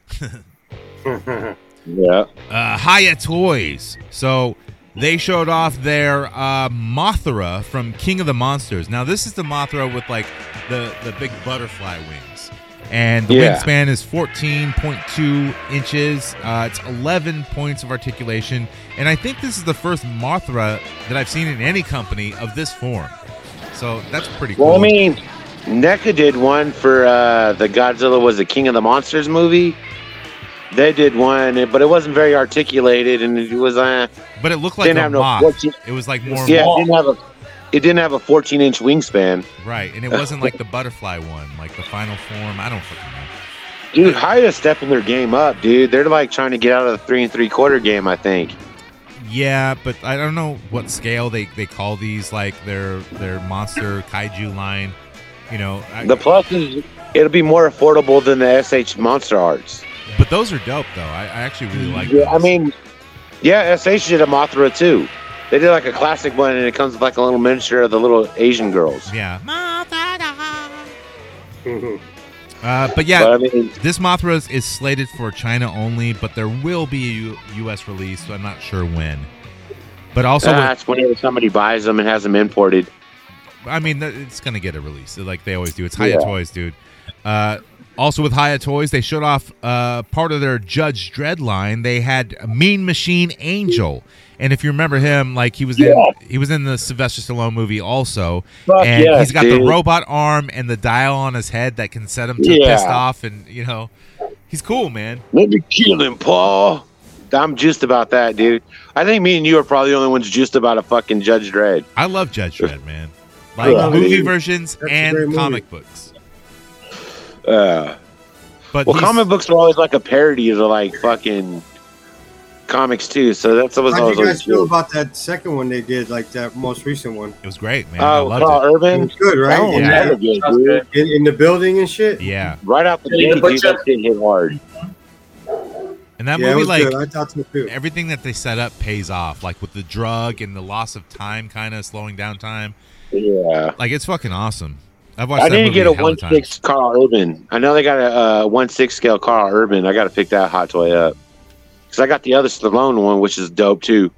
Yeah,
Uh, Haya Toys. So they showed off their uh, Mothra from King of the Monsters. Now this is the Mothra with like the the big butterfly wings, and the
Yeah.
wingspan is 14.2 inches. Uh, it's 11 points of articulation, and I think this is the first Mothra that I've seen in any company of this form. So that's pretty cool.
well, I mean, NECA did one for uh, the Godzilla was the King of the Monsters movie. They did one, but it wasn't very articulated, and it was uh,
but it looked like
didn't
a
have no
moth.
14
it was like more
yeah, it didn't have a it didn't have a 14 inch wingspan.
Right, and it wasn't like the butterfly one, like the final form. I don't fucking know.
Dude, Haya's stepping their game up, dude. They're like trying to get out of the three and three quarter game, I think.
Yeah, but I don't know what scale they, they call these, like their their monster kaiju line. You know, I,
The plus is it'll be more affordable than the SH Monster Arts.
but those are dope though. I, I actually really like.
Yeah, I
those.
mean, yeah, SH did a Mothra too. They did like a classic one, and it comes with like a little miniature of the little Asian girls.
yeah.
Mhm.
Uh, but yeah,
But I mean,
This Mothra is- is slated for China only, but there will be a U- U.S. release. So I'm not sure when. But
Ah,
also, with,
that's whenever somebody buys them and has them imported.
I mean, th- it's gonna get a release, like they always do. It's Haya
Yeah.
Toys, dude. Uh, also with Haya Toys, they showed off uh, part of their Judge Dredd line. They had Mean Machine Angel, and if you remember him, like he was in he was in the Sylvester Stallone movie also,
Fuck
and
yes,
he's got
dude.
the robot arm and the dial on his head that can set him to
Yeah.
pissed off, and you know, he's cool, man.
Let me kill him, Paul. I'm juiced about that, dude. I think me and you are probably the only ones juiced about a fucking Judge Dredd.
I love Judge Dredd, man. Like
Yeah.
movie versions
That's a great
and
movie.
comic books.
Uh,
But
well,
he's-
comic books were always like a parody of like fucking comics too. So that's what I was
How do
always.
you guys feel
like,
about that second one they did, like that most recent one?
it was great, man. I
Oh,
loved
Paul
it.
It
Urban.
was good,
That one
right?
was
Oh, Yeah.
hella good,
Sounds
dude.
good.
In, in the building and shit.
Yeah,
Right off the
Yeah,
gate,
the
dude, that shit hit hard.
and that
yeah, it
movie,
was
like
good. I thought so too.
everything that they set up, pays off. Like with the drug and the loss of time, kind of slowing down time.
Yeah.
Like it's fucking awesome. I've watched.
I
that
need to
movie
get a
hella
one
times.
six Carl Urban. I know they got a uh, one six scale Carl Urban. I got to pick that hot toy up because I got the other Stallone one, which is dope too.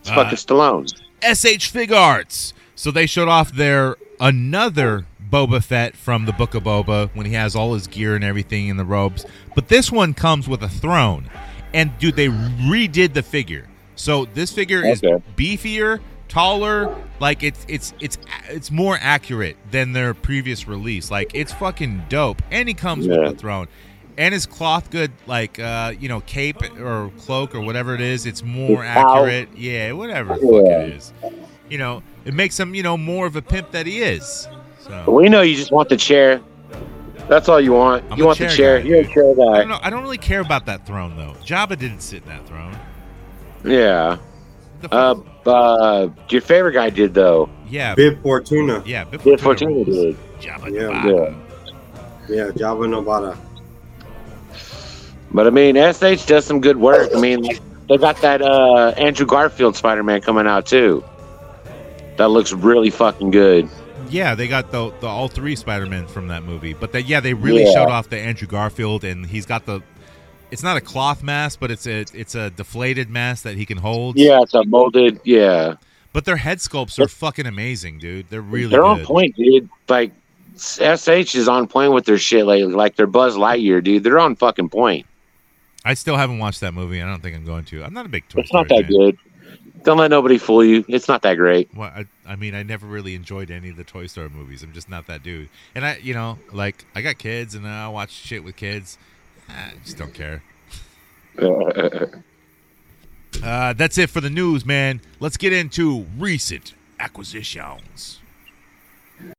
It's
Uh,
fucking Stallone.
SH Fig Arts. So they showed off their another Boba Fett from the Book of Boba when he has all his gear and everything in the robes. But this one comes with a throne. And dude, they redid the figure. So this figure is
Okay.
beefier, taller, like it's it's it's it's more accurate than their previous release. Like it's fucking dope. And he comes
Yeah.
with the throne. And his cloth good like uh you know cape or cloak or whatever it is, it's more
His cowl.
accurate. Yeah, whatever the fuck it is you know, it makes him, you know, more of a pimp that he is. So
We know you just want the chair. That's all you want.
I'm
you
a
want the
chair
chair.
guy,
You're a
dude.
chair
I
guy.
don't know. I don't really care about that throne though. Jabba didn't sit in that throne.
Yeah.
The
Uh,
fuck-
uh, your favorite guy did though.
yeah,
Bib Fortuna.
yeah, Bib
Did
Fortuna
Fortuna
rules.
did.
Jabba
Yeah,
the
yeah.
Hutt.
Yeah, Java Nobata.
But I mean, SH does some good work. I mean, like, they got that uh, Andrew Garfield Spider Man coming out too. That looks really fucking good.
Yeah, they got the, the all three Spider Men from that movie. But that yeah, they really
Yeah.
showed off the Andrew Garfield, and he's got the. It's not a cloth mask, but it's a it's a deflated mask that he can hold.
Yeah, it's a molded. Yeah,
But their head sculpts are fucking amazing, dude. They're really
they're on
good.
point, dude. Like SH is on point with their shit lately. Like their Buzz Lightyear, dude. They're on fucking point.
I still haven't watched that movie. and I don't think I'm going to. I'm not a big Toy
It's not
Story
that
fan.
good. Don't let nobody fool you. It's not that great.
Well, I, I mean, I never really enjoyed any of the Toy Story movies. I'm just not that dude. And I, you know, like I got kids, and I watch shit with kids. I just don't care. Uh, that's it for the news, man. Let's get into recent acquisitions.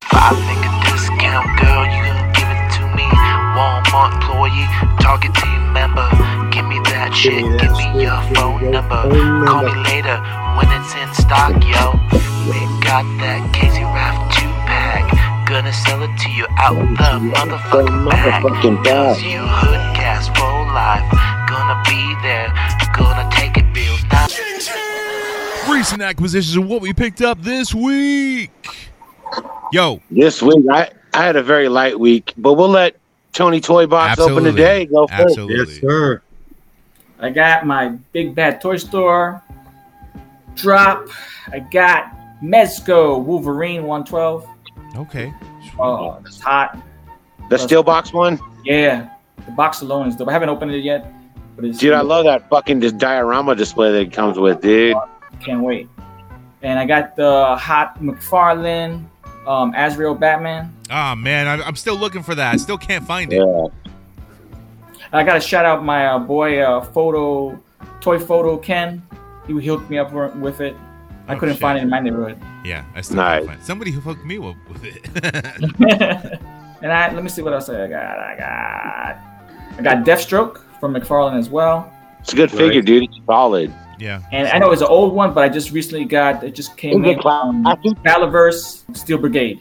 Five finger discount, girl, you can give it to me. Walmart employee, Target team member. Give me that shit, give me your phone number. Call me later when it's in stock, yo. We got that Casey Raff 2 pack. Gonna sell it to you out the motherfucking back.
Motherfucking
Cause
back.
you hood cast for life. Gonna be there, gonna take it real nice.
Recent acquisitions of what we picked up this week. Yo,
This week, I I had a very light week, but we'll let Tony Toy Box
absolutely,
open today. Go first.
absolutely.
Yes, sir.
I got my Big Bad Toy Store drop. I got Mezco Wolverine 112.
Okay.
Oh, it's hot.
The steel box one,
Yeah, the box alone is dope. I haven't opened it yet, but it's
dude. I love that fucking dis- diorama display that it comes with, dude.
Can't wait. And I got the hot McFarlane um, Azrael Batman.
Ah man, I, I'm still looking for that. I still can't find it.
Yeah.
I gotta shout out my uh, boy, uh, photo toy photo Ken. He hooked me up with it. I
Oh,
couldn't
shit.
find it in my neighborhood.
Yeah, I still
Nice.
can't find it. Somebody who hooked me up with it.
and I let me see what else I got. I got I got Deathstroke from McFarlane as well.
It's a good
Right.
figure, dude. It's solid.
yeah.
And I know it's an old one, but I just recently got it just came
It's a
in
good class.
um, Balaverse Steel Brigade.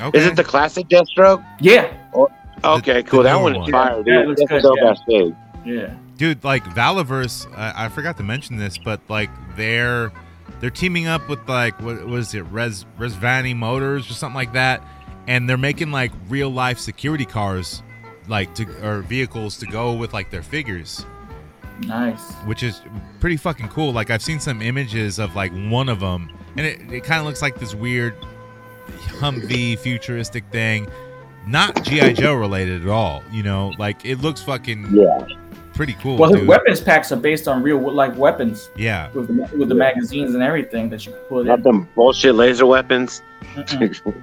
Okay.
Is it the classic Deathstroke?
Yeah,
the
Okay, cool. that
newer
one is
one.
fire.
Yeah, it
dude.
looks
That's a
good,
dope
yeah.
ass thing.
yeah.
dude like valiverse I, I forgot to mention this but like they're they're teaming up with like what was it res resvani motors or something like that and they're making like real life security cars like to or vehicles to go with like their figures
Nice.
which is pretty fucking cool like i've seen some images of like one of them and it, it kind of looks like this weird humvee futuristic thing not gi joe related at all you know like it looks fucking
Yeah.
pretty cool
Well, his
dude.
weapons packs are based on real like weapons
yeah
with the, with the magazines and everything that you put
Not
in.
them bullshit laser weapons.
Mm-mm.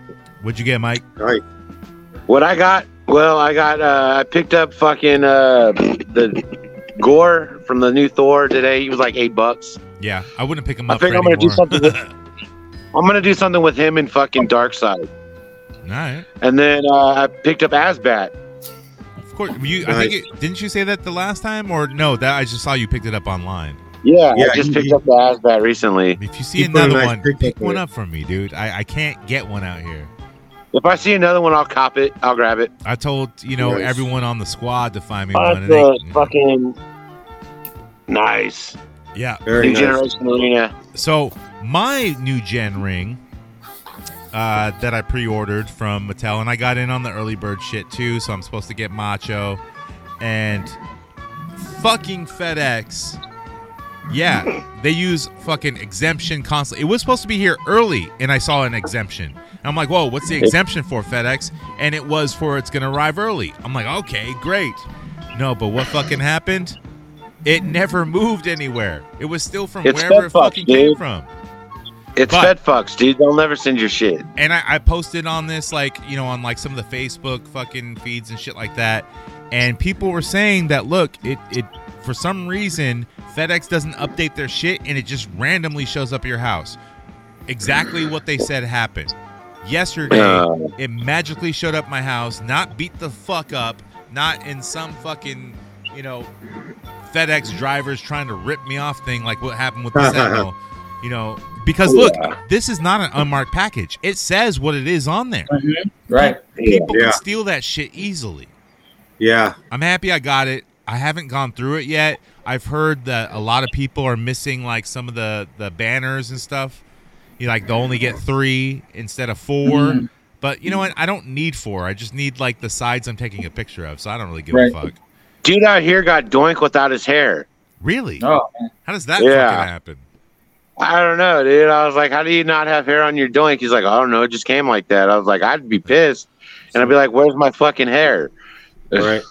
what'd you get mike
What I got? Well, I got. Uh, I picked up fucking uh, the gore from the new Thor today. He was like eight bucks.
Yeah, I wouldn't pick him
I
up.
think
for
I'm gonna do
anymore.
something. With, I'm gonna do something with him and fucking Darkseid.
All right,
And then uh, I picked up Asbat.
of course. You, I think it, didn't you say that the last time, or no? That I just saw you picked it up online.
Yeah,
Yeah,
I just
he-
picked
he-
up the Asbat recently.
If you see
He put a
another
nice
one,
pick up
pick
with
one
it.
up for me, dude. I, I can't get one out here.
If I see another one, I'll cop it. I'll grab it.
I told you know
Nice.
everyone on the squad to find me one. And
Fuck,
they,
fucking nice.
yeah.
Very
New
nice.
Generation Arena.
So my new gen ring uh, that I pre-ordered from Mattel, and I got in on the early bird shit too. So I'm supposed to get Macho and fucking FedEx. Yeah, they use fucking exemption constantly. It was supposed to be here early, and I saw an exemption. And I'm like, whoa, what's the exemption for FedEx? And it was for it's gonna arrive early. I'm like, okay, great. No, but what fucking happened? It never moved anywhere. It was still from
It's
wherever it
FedFox,
fucking came
dude.
from.
It's
But-
Fed Fucks, dude. They'll never send your shit.
and I, I posted on this like you know on like some of the facebook fucking feeds and shit like that and people were saying that look it it for some reason fedex doesn't update their shit and it just randomly shows up at your house exactly what they said happened yesterday
Oh.
it magically showed up at my house not beat the fuck up not in some fucking you know fedex drivers trying to rip me off thing like what happened with the sentinel you know because look this is not an unmarked package it says what it is on there
Right.
people
Yeah.
can steal that shit easily
Yeah.
i'm happy i got it i haven't gone through it yet i've heard that a lot of people are missing like some of the the banners and stuff you like they only get three instead of 4 but you know what i don't need four i just need like the sides i'm taking a picture of so i don't really give
Right.
a fuck
Dude out here got doink without his hair.
really
Oh, man.
how does that
Yeah.
fucking happen
I don't know, dude. I was like, how do you not have hair on your doink? He's like, I don't know. It just came like that. I was like, I'd be pissed. And I'd be like, where's my fucking hair?
Right.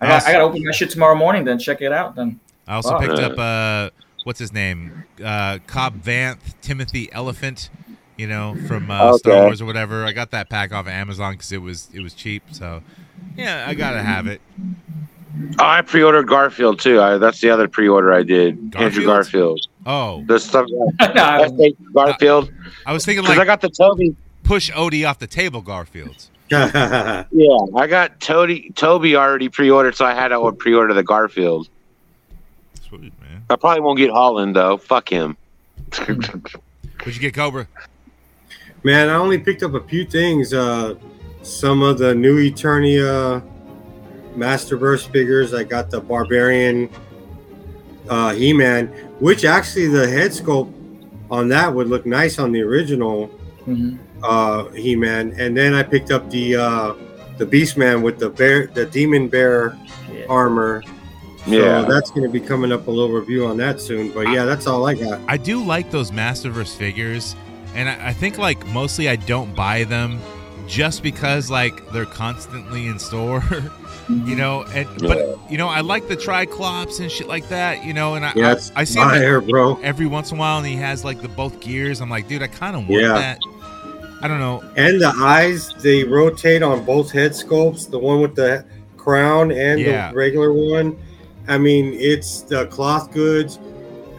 I, got, I gotta open that shit tomorrow morning. Then check it out. Then
I also
Oh.
picked up uh what's his name? Uh Cobb Vanth, Timothy Elephant, you know, from uh, Star
Okay.
Wars or whatever. I got that pack off of Amazon cuz it was it was cheap, so yeah, I got to have it.
Oh, I pre ordered Garfield, too. I, that's the other pre order I did. Andrew
Garfield?
Garfield.
Oh,
The stuff
no, I,
I think Garfield.
I was thinking
Because
uh, like
I got the Toby.
push Odie off the table Garfield.
yeah.
Yeah, I got Toby, Toby already pre ordered, so I had to pre order the Garfield.
Sweet, man.
I probably won't get Holland, though. Fuck him.
Would you get Cobra?
Man, I only picked up a few things. Uh, some of the new Eternia Masterverse figures. I got the Barbarian uh, He Man, which actually the head sculpt on that would look nice on the original
Mhm.
uh, He Man. And then I picked up the uh, the Beast Man with the bear, the Demon Bear
Yeah.
armor. So
Yeah.
that's going to be coming up a little review on that soon. But yeah, that's all I got.
I do like those Masterverse figures, and I, I think like mostly I don't buy them just because like they're constantly in store, you know. And but you know I like the Triclops and shit like that, you know. And I
Yeah,
I,
it's
I see him, like,
fire, bro.
every once in a while, and he has like the both gears. I'm like, dude, I kind of want
Yeah.
that. I don't know.
And the eyes, they rotate on both head sculpts, the one with the crown and
Yeah.
the regular one. I mean, it's the cloth goods.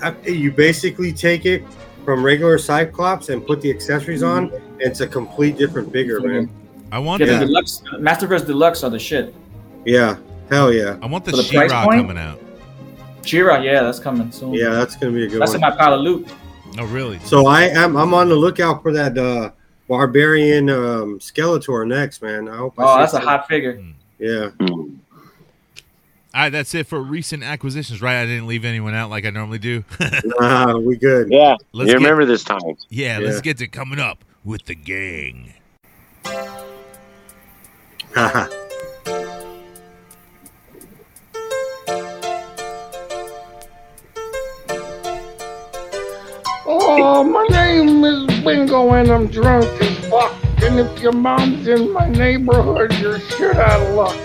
I- You basically take it from regular Cyclops and put the accessories on,
Mm-hmm.
and it's a complete different figure, man.
I want
get
Yeah.
the deluxe. Masterverse deluxe are the shit.
Yeah. Hell yeah.
the I want the,
For the price
She-Ra
point?
coming out.
Jira, yeah, that's coming soon.
Yeah, that's going to be a good
that's
one.
in my pile of loot.
Oh really?
So I am I'm on the lookout for that uh Barbarian um, Skeletor next, man. I hope. I
Oh,
see
that's a
some-
hot figure.
Yeah.
Mm.
All right, that's it for recent acquisitions, right? I didn't leave anyone out like I normally do.
Nah, we good.
Yeah,
Let's
you
get-
remember this time.
yeah,
Yeah.
let's get to coming up with the gang.
Oh, my name is Bingo and I'm drunk as fuck. And if your mom's in my neighborhood, you're shit out of luck.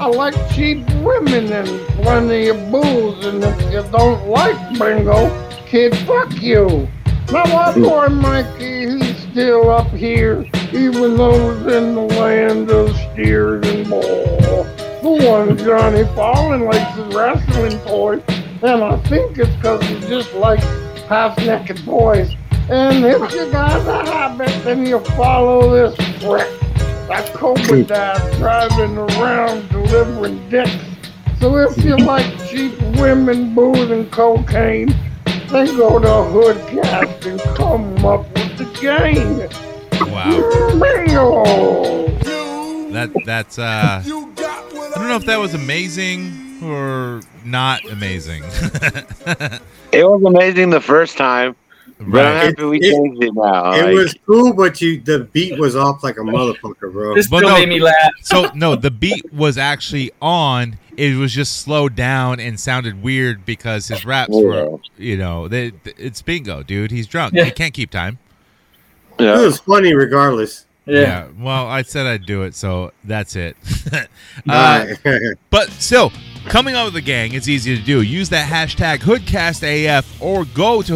I like cheap women and plenty of booze. And if you don't like Bingo, kid, fuck you. Now, our boy Mikey, he's still up here, even though he's in the land of steers and bull. The one Johnny Fallon likes his wrestling toy, and I think it's 'cause he just likes half naked boys. And if you got a habit, then you follow this prick. That Cobra guy's driving around delivering dicks. So if you like cheap women, booze, and cocaine, then go to Hoodcast and come up with the gang.
Wow,
Bingo!
that that's uh, I don't know if that was amazing or not amazing.
It was amazing the first time, but I'm
right.
happy we
It- it-
changed it now.
It
like-
was cool, but you the beat was off like a motherfucker, bro.
This
But
still
no-
made me laugh.
So no, the beat was actually on. It was just slowed down and sounded weird because his raps were, you know, they, it's bingo, dude. He's drunk.
Yeah.
He can't keep time.
It
yeah.
was funny regardless.
Yeah.
Well, I said I'd do it, so that's it. uh,
Alright.
but still, coming up with the gang, it's easy to do. Use that hashtag HoodcastAF or go to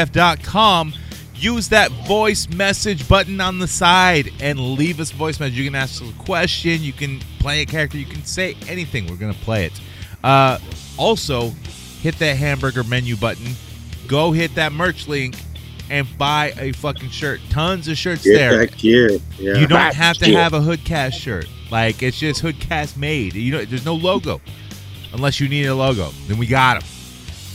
HoodcastAF.com. Use that voice message button on the side and leave us voice message. You can ask us a question, you can play a character, you can say anything. We're going to play it. Uh, also, hit that hamburger menu button. Go hit that merch link and buy a fucking shirt. Tons of shirts
Get
there.
back here. Yeah.
You don't
Back
have to
to it.
have a Hoodcast shirt. Like it's just Hoodcast made. You know, there's no logo, unless you need a logo. Then we got them.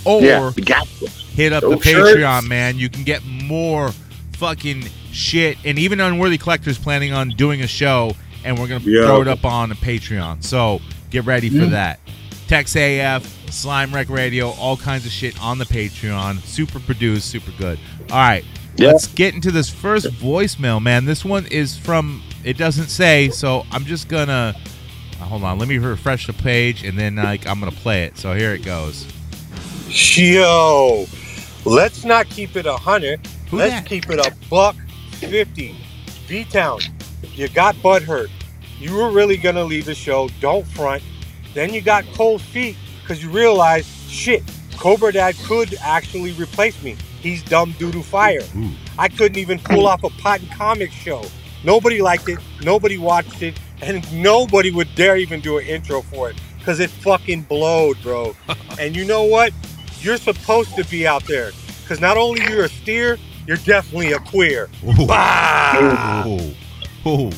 Or
yeah, we got you.
hit up
No
the
shirts.
Patreon, man. You can get more fucking shit. And even Unworthy Collectors planning on doing a show, and we're gonna
Yeah.
throw it up on a Patreon. So get ready for that. Tex AF, Slime Wreck Radio, all kinds of shit on the Patreon. Super produced, super good. All right.
Yeah.
Let's get into this first voicemail, man. This one is from it doesn't say, so I'm just gonna hold on. Let me refresh the page, and then like I'm gonna play it. So here it goes.
Yo, let's not keep it a hundred.
Who
Let's
dat?
keep it a buck fifty. B Town, you got butt hurt. You were really gonna leave the show. Don't front. Then you got cold feet because you realized shit. Cobra Dad could actually replace me. He's dumb due to fire.
Ooh.
I couldn't even pull off a pot and comic show. Nobody liked it. Nobody watched it, and nobody would dare even do an intro for it because it fucking blowed, bro. and you know what? You're supposed to be out there because not only you're a steer, you're definitely a queer.
Ooh.
Bah!
Ooh. Ooh.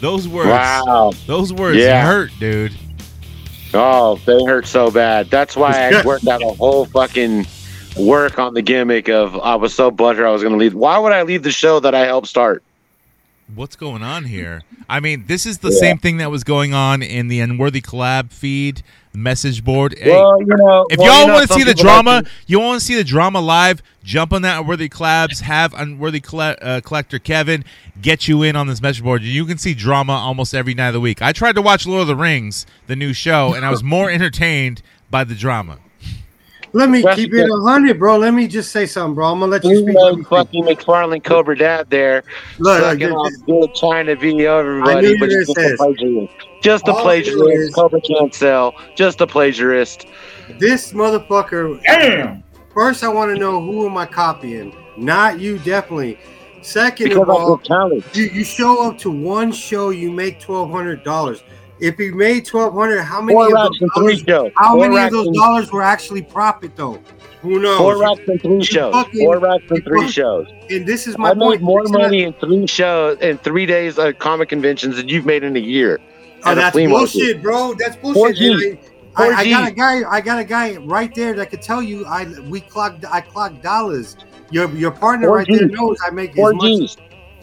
Those words,
Wow.
those words
Yeah.
hurt, dude.
Oh, they hurt so bad. That's why I worked out a whole fucking work on the gimmick of I was so butthurt I was going to leave. Why would I leave the show that I helped start?
What's going on here? I mean, this is the
Yeah.
same thing that was going on in the Unworthy Collab feed, message board. Hey,
well, you know,
if
well,
y'all
you know,
want to
some
see the
people like
drama, you want to see the drama live, jump on that Unworthy Collabs, have Unworthy colle- uh, Collector Kevin get you in on this message board. You can see drama almost every night of the week. I tried to watch Lord of the Rings, the new show, and I was more entertained by the drama.
Let me
That's
keep it a hundred, bro. Let me just say something, bro. I'm gonna let you
you
speak.
know,
Let me speak.
fucking McFarlane Cobra Dad there,
Look, look,
sucking
this-
on good, trying to video
I knew
everybody,
you
but
were
he's just
gonna
a plagiarist. Just a
All it is-
plagiarist. Cobra can't sell. Just a plagiarist.
this motherfucker.
Damn.
First, I want to know who am I copying? Not you, definitely. Second
Because
of
I'm so
all,
talented.
you, you show up to one show, you make twelve hundred dollars. If you made twelve hundred, how many
Four
of
racks
those
and three
dollars?
shows.
How
Four
many of
racks
those
and-
dollars were actually profit though? Who knows?
Four racks and three shows.
fucking-
Four racks
you
and three
fucking-
shows.
And this is my
I
point.
made more
It's not-
money in three shows in three days of comic conventions than you've made in a year.
Oh,
at a
that's
flea market.
bullshit, bro. That's
Four
bullshit.
G.
And I, I, I got
Four
a guy. I got a guy right there that could tell you. I we clocked. I clocked dollars. Your your partner
Four
right there
Gs.
knows I make
Four
as much.
G's.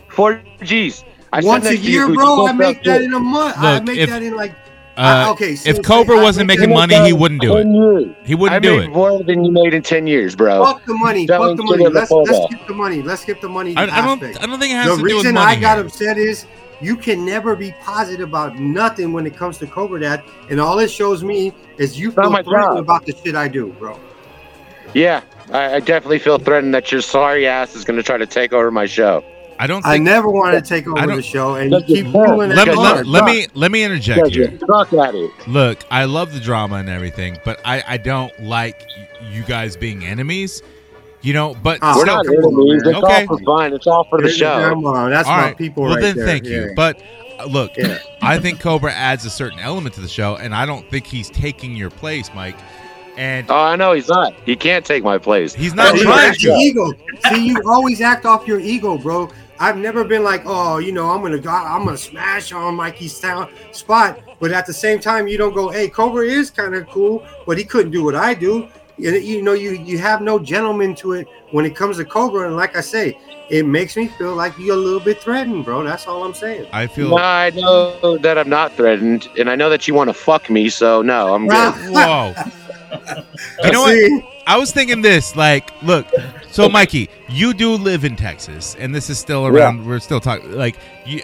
Four G's. I
Once a
sent that to you,
year,
could you
bro.
go
I make
back to
that
it?
in a month. I
Look,
make
if-
that in like. I-
Uh,
okay, so
if
it's
Cobra
like- I
wasn't
make
making
that-
money, he wouldn't do it.
10 years.
He wouldn't
I
do
made
it.
more than you made in ten years, bro.
Fuck the money.
That
Fuck
was
the money.
Killer
Let's, let's
Kobo.
skip the money. Let's skip the money.
I, I don't.
aspect.
I don't think it has
the
to do with
reason
money.
I got
here.
upset is you can never be positive about nothing when it comes to Cobra Dad, and all it shows me is you
not
feel
my
threatened
job.
about the shit I do, bro.
Yeah, I, I definitely feel threatened that your sorry ass is going to try to take over my show.
I don't
I
think.
never wanted to take
I
over
don't-
the show, and you
That's
keep
just bad.
doing
let,
that.
Because
let,
I'm
let
not.
me let me interject
Because
here.
you suck at it.
Look, I love the drama and everything, but I I don't like y- you guys being enemies. You know, but
Ah,
We're
still-
not enemies. It's
Okay.
all for fun. It's all for the
Come
show.
on, that's
All
my
right.
people
well,
right
then
there.
thank you.
Yeah.
But uh, look,
Yeah.
I think Cobra adds a certain element to the show, and I don't think he's taking your place, Mike. And
Oh, I know he's not. He can't take my place.
he's not
Oh,
you
trying
act
to.
your ego. See, you always act off your ego, bro. I've never been like, oh, you know, I'm gonna go, I'm gonna smash on Mikey's town spot, but at the same time, you don't go, hey, Cobra is kind of cool, but he couldn't do what I do. You you know, you you have no gentleman to it when it comes to Cobra, and like I say, it makes me feel like you're a little bit threatened, bro. That's all I'm saying.
I
No,
feel.
I know that I'm not threatened, and I know that you want to fuck me. So no, I'm good.
Whoa. you know what? I was thinking this, like, look, so Mikey, you do live in Texas, and this is still around. We're still talking, like, you,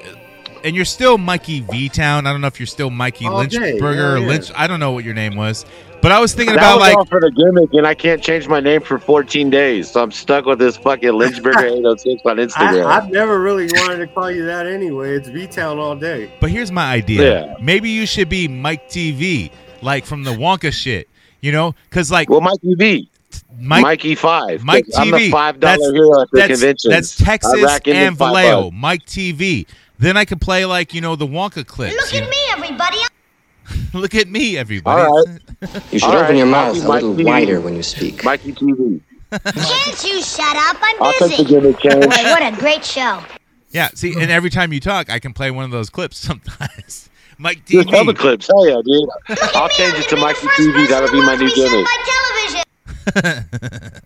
and you're still Mikey V Town. I don't know if you're still Mikey
All day,
Lynchburger
yeah,
or
yeah.
Lynch. I don't know what your name was, but I was thinking
That
about
was
like,
all for the gimmick, and I can't change my name for 14 days, so I'm stuck with this fucking Lynchburger 806 on
I,
Instagram.
I've never really wanted to call you that anyway. It's V Town all day.
but here's my idea.
Yeah.
Maybe you should be Mike TV, like from the Wonka shit, you know? Because like
well, Mikey B,
Mike,
Mikey Five,
Mike
I'm the
TV.
five
That's-
dollar hero at the
that's,
convention.
that's Texas and Vallejo,
Vallejo.
Mike TV. Then I could play like you know the Wonka clips.
Look
you
at me, everybody.
know? Look at me, everybody.
All right.
You should
All
open
right,
your
I'll
mouth
be
a little
Mikey.
wider when you speak.
Mikey TV.
Can't you shut up? I'm
I'll take the
busy.
gimmick
Boy,
change.
what a great show.
Yeah, see, and every time you talk, I can play one of those clips sometimes. Mike
Just other
TV.
clips. Hell yeah, dude. I'll change it to Mikey TV. That'll be my new gimmick.
television.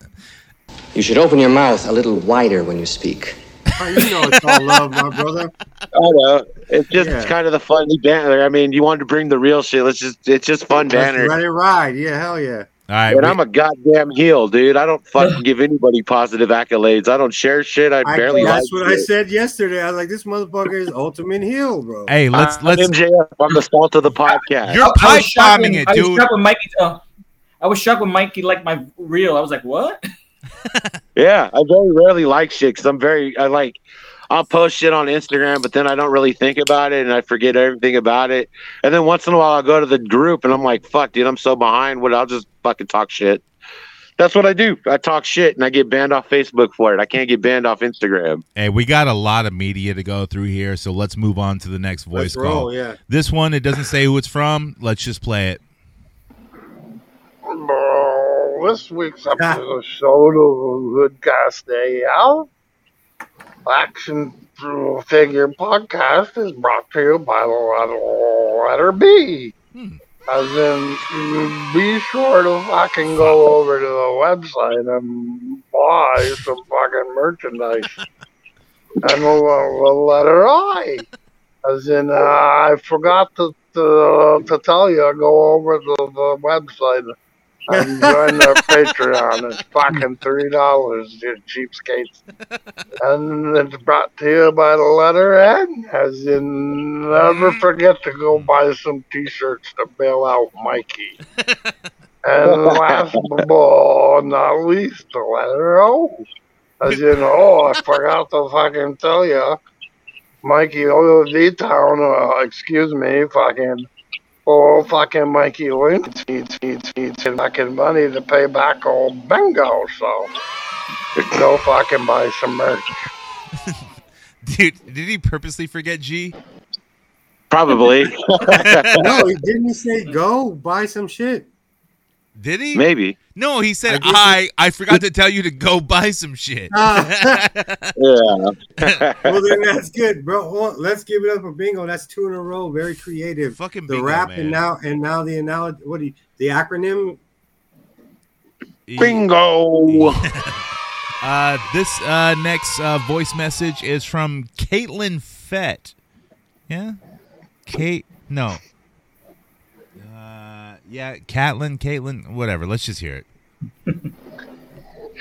You should open your mouth a little wider when you speak.
Oh, You know it's all love, my brother.
I know. It's just
Yeah.
kind of the funny banner. I mean, you wanted to bring the real shit. Let's just, it's just fun banner.
Let's let it ride. Yeah, hell yeah.
All right,
And
we-
I'm a goddamn heel, dude. I don't fucking give anybody positive accolades. I don't share shit. I
I-
barely.
that's
like
what I
shit.
said yesterday. I was like, this motherfucker is ultimate heel, bro.
hey, let's
I'm
let's.
MJF. I'm the salt of the podcast.
You're
I
pipe
was shocked
bombing
when-
it,
I was
dude.
shocked when Mikey. Uh, I was shocked when Mikey liked my reel. I was like, "What?"
yeah, I very rarely like shit because I'm very. I like. I'll post shit on Instagram, but then I don't really think about it and I forget everything about it. And then once in a while, I'll go to the group and I'm like, "Fuck, dude, I'm so behind." What? I'll just fucking talk shit. That's what I do. I talk shit and I get banned off Facebook for it. I can't get banned off Instagram.
Hey, we got a lot of media to go through here, so let's move on to the next voice
Let's roll,
call.
yeah.
This one, it doesn't say who it's from. Let's just play it.
Bro, this week's episode of Good Guys Day Out Action Through Figure Podcast is brought to you by the letter, letter B. As in, be sure to fucking go over to the website and buy some fucking merchandise. and the, le- the letter I. As in, uh, I forgot to, to, to tell you, go over to the website and join their Patreon. It's fucking three dollars, you cheapskates. And it's brought to you by the letter N, as in never forget to go buy some T-shirts to bail out Mikey. And last but not least, the letter O, as in oh, I forgot to fucking tell you, Mikey O V Town. Uh, excuse me, fucking. Oh, fucking Mikey Lynch needs, needs, needs fucking money to pay back old Bingo, so go fucking buy some merch.
Dude, did he purposely forget G?
Probably,
No, he didn't say go buy some shit.
Did he?
maybe.
No, he said I. I forgot to tell you to go buy some shit.
Ah.
Yeah.
Well, then that's good, bro. Well, let's give it up for Bingo. That's two in a row. Very creative.
Fucking
the
bingo,
rap
man.
and now and now the anal. What do you, the acronym?
He-
Bingo.
Uh, this uh, next uh, voice message is from Caitlin Fett. Yeah, Kate. No. Uh, yeah, Catlin, Caitlin, whatever. Let's just hear it.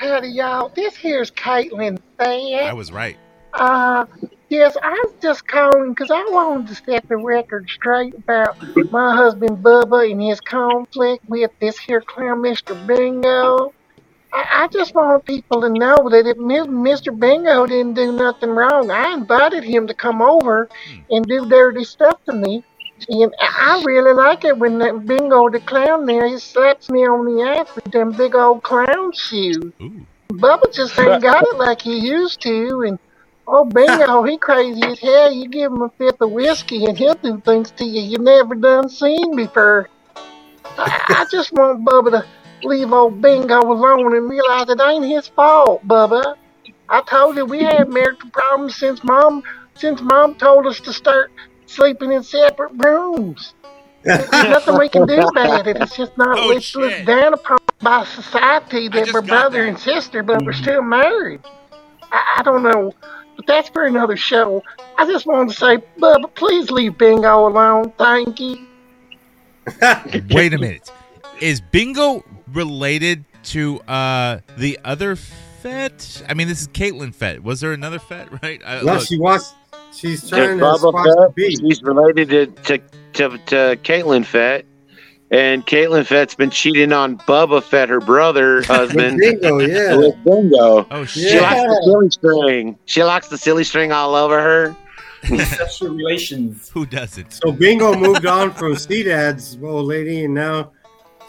Howdy, y'all. This here's Caitlin
I
Fayette.
was right.
Uh, yes, I'm just calling because I wanted to set the record straight about my husband Bubba and his conflict with this here clown, Mr. Bingo. I, I just want people to know that if Mi- Mr. Bingo didn't do nothing wrong, I invited him to come over and do dirty stuff to me. And I I really like it when that Bingo the clown there, he slaps me on the ass with them big old clown shoes. Bubba just ain't got it like he used to, and oh bingo, he crazy as hell. You give him a fifth of whiskey, and he'll do things to you you never done seen before. I, I just want Bubba to leave old bingo alone and realize it ain't his fault, Bubba. I told you we had marital problems since mom since mom told us to start sleeping in separate rooms. There's nothing we can do about it. It's just not
Oh,
it's looked down upon by society that we're brother and sister, but
Mm-hmm.
we're still married. I, I don't know, but that's for another show. I just wanted to say, Bubba, please leave Bingo alone. Thank you.
Wait a minute. Is Bingo related to uh the other Fett? I mean, this is Caitlin Fett. Was there another Fett, right? I,
No,
look,
she wants. She's
There's
trying to
Bubba
squash the
Fett.
beat.
She's related to, to, to, to Caitlin Fett. And Caitlin Fett's been cheating on Bubba Fett, her brother, husband.
Bingo, yeah.
With Bingo.
Oh,
She likes the silly string. She likes the silly string all over her.
Sexual relations.
Who doesn't?
So Bingo moved on from C Dad's old lady, and now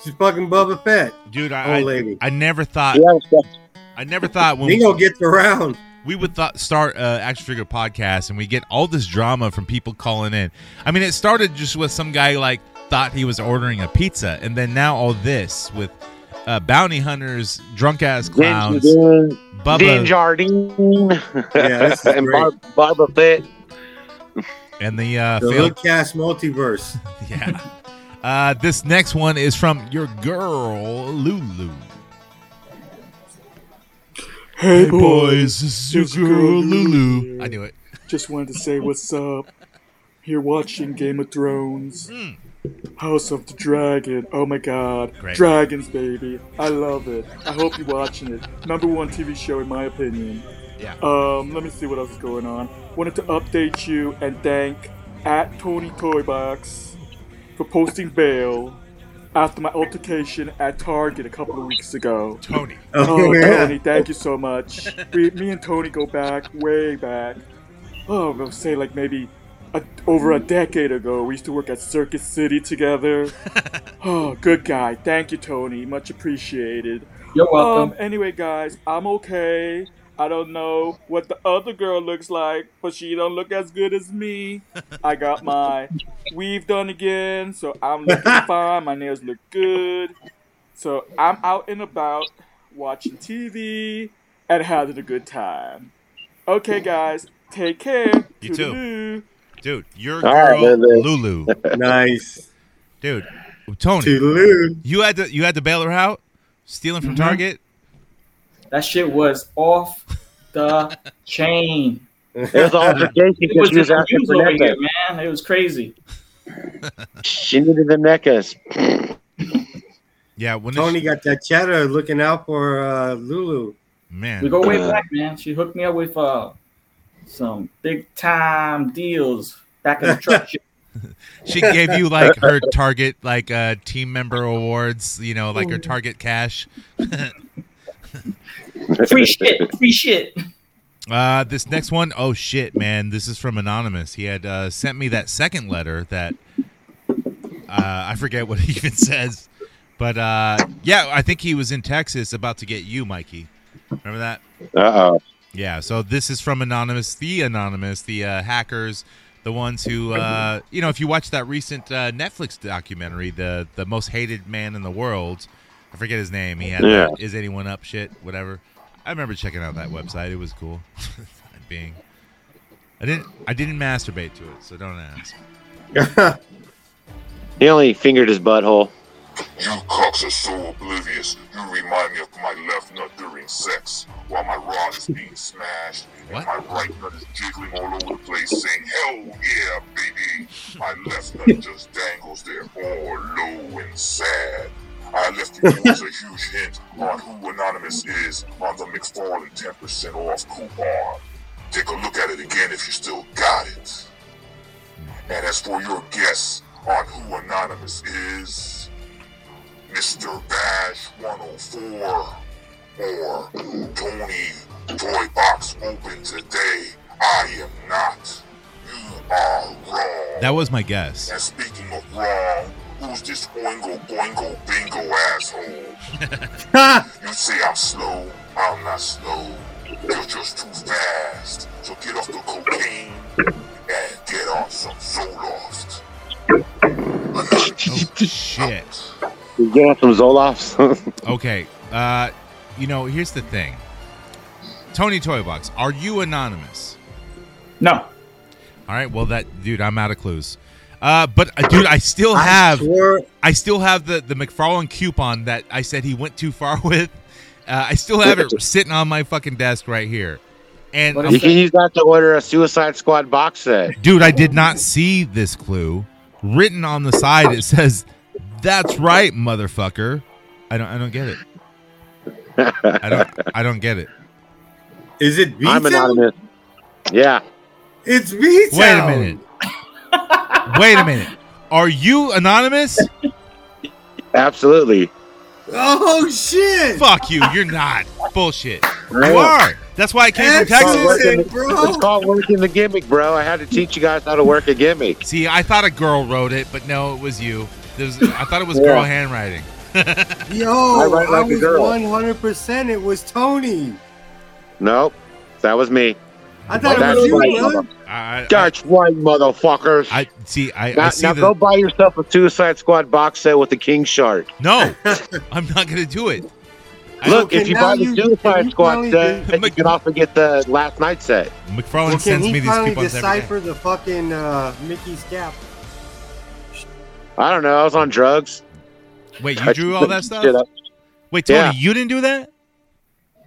she's fucking Bubba Fett.
dude,
old
I, I,
lady.
I never thought. I never thought when
Bingo gets around.
we would th- start uh, action figure podcast and we get all this drama from people calling in. I mean, it started just with some guy like thought he was ordering a pizza, and then now all this with uh, bounty hunters, drunk ass clowns,
Dean
Bubba.
Jardine.
Yeah, this is
and
great.
Bar- Bubba Fett.
and the uh,
The
failed
Hood Cast multiverse.
Yeah. Uh, this next one is from your girl Lulu. Hey, boys, this is your girl Lulu. I knew it.
Just wanted to say what's up. You're watching Game of Thrones,
Mm.
House of the Dragon. Oh my God,
Great.
dragons, baby! I love it. I hope you're watching it. Number one TV show in my opinion.
Yeah.
Um, let me see what else is going on. Wanted to update you and thank at Tony Toybox for posting bail after my altercation at Target a couple of weeks ago.
Tony.
Oh,
Oh, yeah.
Tony, thank you so much. We, me and Tony go back, way back. Oh, I'll say like maybe a, over a decade ago. We used to work at Circuit City together. oh, good guy. Thank you, Tony. Much appreciated.
You're welcome.
Um, anyway, guys, I'm okay. I don't know what the other girl looks like, but she don't look as good as me. I got my weave done again, so I'm looking fine. My nails look good. So I'm out and about watching TV and having a good time. Okay, guys, take care.
You too. Dude, your
All
girl
right, Lulu.
Lulu.
nice.
Dude, Mm-hmm. Tony.
Lulu.
You had to you had to bail her out? Stealing from Target?
That shit was off the chain.
It was an altercation
It
because
was
she was
just
asking
abuse
for
over
NECA.
here, man. It was crazy.
She needed the NECAs.
Yeah, when
Tony got that chatter looking out for uh, Lulu.
Man,
We go way back, man. She hooked me up with uh, some big time deals back in the truck. shit.
She gave you like her Target like uh team member awards, you know, like her
Mm.
Target cash.
free shit, free shit.
Uh, this next one, oh shit, man! This is from anonymous. He had uh, sent me that second letter that uh, I forget what he even says, but uh, yeah, I think he was in Texas about to get you, Mikey. Remember that?
Uh oh.
Yeah. So this is from anonymous, the anonymous, the uh, hackers, the ones who, uh, you know, if you watch that recent uh, Netflix documentary, the the most hated man in the world, I forget his name. He had
Yeah.
that is anyone up shit, whatever. I remember checking out that website. It was cool. Being, I didn't I didn't masturbate to it, so don't ask.
He only fingered his butthole.
You cocks are so oblivious. You remind me of my left nut during sex.
while my rod is being smashed and my right nut is jiggling all over the place saying, Hell yeah, baby. My left nut just dangles there all low and sad. I left you with a huge hint on who Anonymous is on the McFarland 10% off coupon. Take a look at it again if you still got it. And as for your guess on who Anonymous is, Mr. Bash 104 or Tony Toy Box Open today, I am not. You are wrong.
That was my guess.
And speaking of wrong, who's this oingo boingo bingo asshole? you say I'm slow. I'm not slow. You're just too fast. So get off the cocaine and get on some Zoloft.
Oh, Shit.
You get on some Zolofs.
Okay. Uh, you know, here's the thing. Tony Toybox, are you anonymous?
No.
All right. Well, that dude, I'm out of clues. Uh, but uh, dude, I still have I still have the the McFarlane coupon that I said he went too far with. Uh, I still have it sitting on my fucking desk right here. And
you can use that to order a Suicide Squad box set.
Dude, I did not see this clue. Written on the side, it says, "That's right, motherfucker." I don't. I don't get it. I don't. I don't get it.
Is it?
I'm anonymous. Yeah.
It's me.
Wait a minute. Wait a minute. Are you anonymous?
Absolutely.
Oh shit!
Fuck you. You're not. Bullshit.
Right.
You are. That's why I came from Texas.
It's called working the gimmick, bro. I had to teach you guys how to work a gimmick.
See, I thought a girl wrote it, but no, it was you. There's, I thought it was
Yeah.
girl handwriting.
Yo,
I write like
I
a
was
girl.
one hundred percent. It was Tony.
Nope, that was me.
I thought it
That's
was you,
right,
brother.
mother- That's right, motherfuckers.
I see. I,
now,
I see
now
the-
go buy yourself a Suicide Squad box set with the King Shark.
No, I'm not gonna do it.
Look,
Okay,
if you
now
buy the
you-
Suicide Squad
finally
set, then you can also get the last night set.
McFarlane
Well, can he finally decipher the fucking uh, Mickey's cap?
I don't know. I was on drugs.
Wait,
I
you drew all that
just did
stuff?
it.
Wait, Tony,
Yeah.
you didn't do that?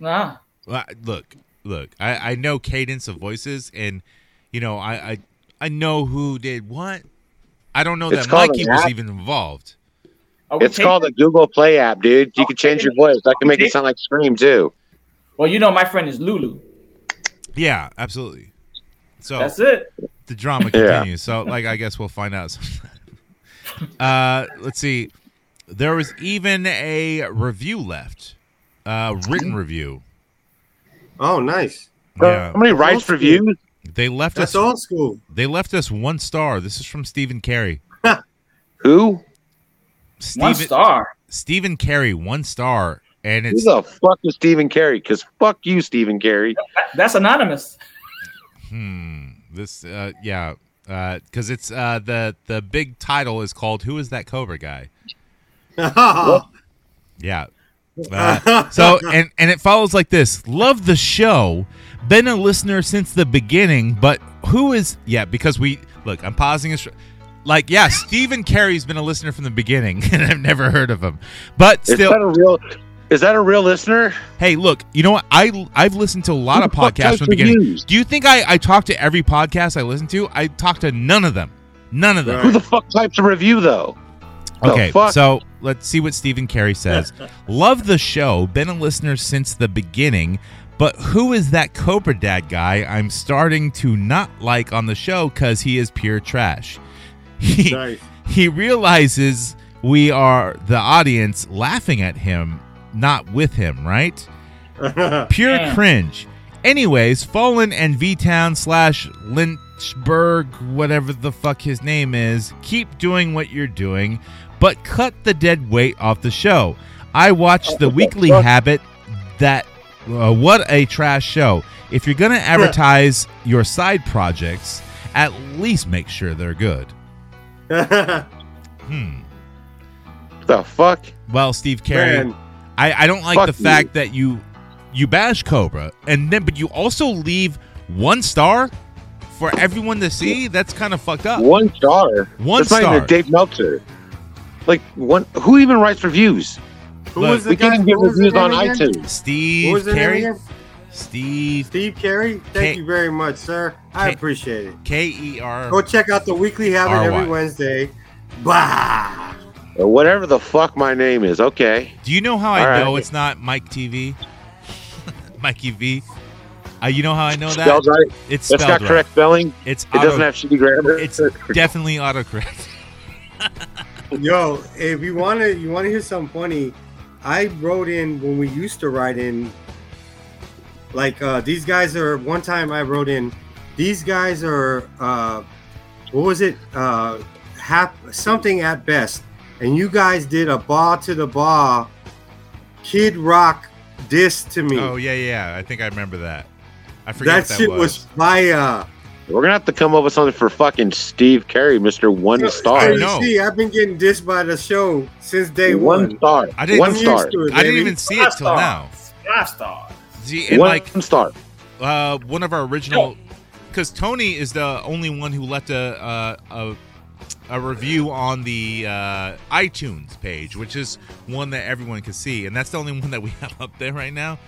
Nah.
Well, I- Look, look. I, I know cadence of voices, and you know, I I, I know who did what. I don't know
It's
that
called
Mikey
an
was
app.
even involved.
It's called a Google Play app, dude. You can change your voice. I can make it sound like Scream too.
Well, you know my friend is Lulu.
Yeah, absolutely. So
That's it.
The drama
Yeah.
continues. So, like, I guess we'll find out. sometime. uh, let's see. There was even a review left, uh, written review.
Oh, nice.
Yeah.
Somebody writes reviews.
They left
That's
us
old school.
They left us one star. This is from Stephen Carey.
Who?
One star.
Stephen Carey, one star, and
Who
it's
the fuck is Stephen Carey? Because fuck you, Stephen Carey.
That's anonymous.
hmm, this uh, yeah, because it's uh, the the big title is called "Who is that Cobra guy?" Yeah. Uh, so and and it follows like this. Love the show. Been a listener since the beginning, but who is yeah, because we look, I'm pausing this like yeah, Stephen Carey's been a listener from the beginning and I've never heard of him. But
Is
still
that a real? Is that a real listener?
Hey, look, you know what? I I've listened to a lot of
Who the fuck
podcasts
types
from the beginning.
reviews?
Do you think I I talk to every podcast I listen to? I talk to none of them. None of them.
Who the fuck types a review though? The
Okay,
fuck?
so let's see what Stephen Carey says. Love the show. Been a listener since the beginning, but who is that Cobra Dad guy? I'm starting to not like on the show because he is pure trash. He, he realizes we are the audience laughing at him, not with him, right? Pure
Damn.
cringe. Anyways, Fallen and V Town slash Lynchburg, whatever the fuck his name is, keep doing what you're doing, but cut the dead weight off the show. I watched the weekly habit that uh, what a trash show. If you're going to advertise your side projects, at least make sure they're good. Hmm.
The fuck?
Well, Steve Carey,
Man.
I, I don't like
Fuck
the
you.
fact that you you bash Cobra and then but you also leave one star for everyone to see. That's kind of fucked up.
One star.
One
That's Not even
star.
a Dave Meltzer. Like one. Who even writes reviews?
Who was the
we
guy-
can't even get
who was his
reviews on
name again?
iTunes.
Steve
What was their name
Carey?
again?
Steve.
Steve Carey, thank you very much, sir. I
K-
appreciate it.
K E R.
Go check out the Weekly Habit
R-Y.
every Wednesday. Bah.
Or whatever the fuck my name is. Okay.
Do you know how I
All right.
know it's not Mike TV? Mikey V. Uh, you know how I know that?
Spelled right.
It's
That's
spelled
got
right.
correct spelling.
It's
it doesn't
auto-
have shitty grammar.
It's definitely autocorrect.
Yo, if you wanna you wanna hear something funny, I wrote in when we used to write in like uh these guys are one time I wrote in these guys are uh what was it? Uh hap something at best. And you guys did a ball to the ball kid rock diss to me.
Oh yeah, yeah. I think I remember that. I forget
that,
what that
shit was,
was.
fire.
We're gonna have to come up with something for fucking Steve Carey, Mister One Star.
So you see, I've been getting dissed by the show since day one.
One star.
I didn't-
One
I'm
star.
used to it, I didn't baby. even see it till now.
Five stars.
See, and
One
like
star.
Uh, one of our original, because Tony is the only one who left a uh, a, a review on the uh, iTunes page, which is one that everyone can see, and that's the only one that we have up there right now.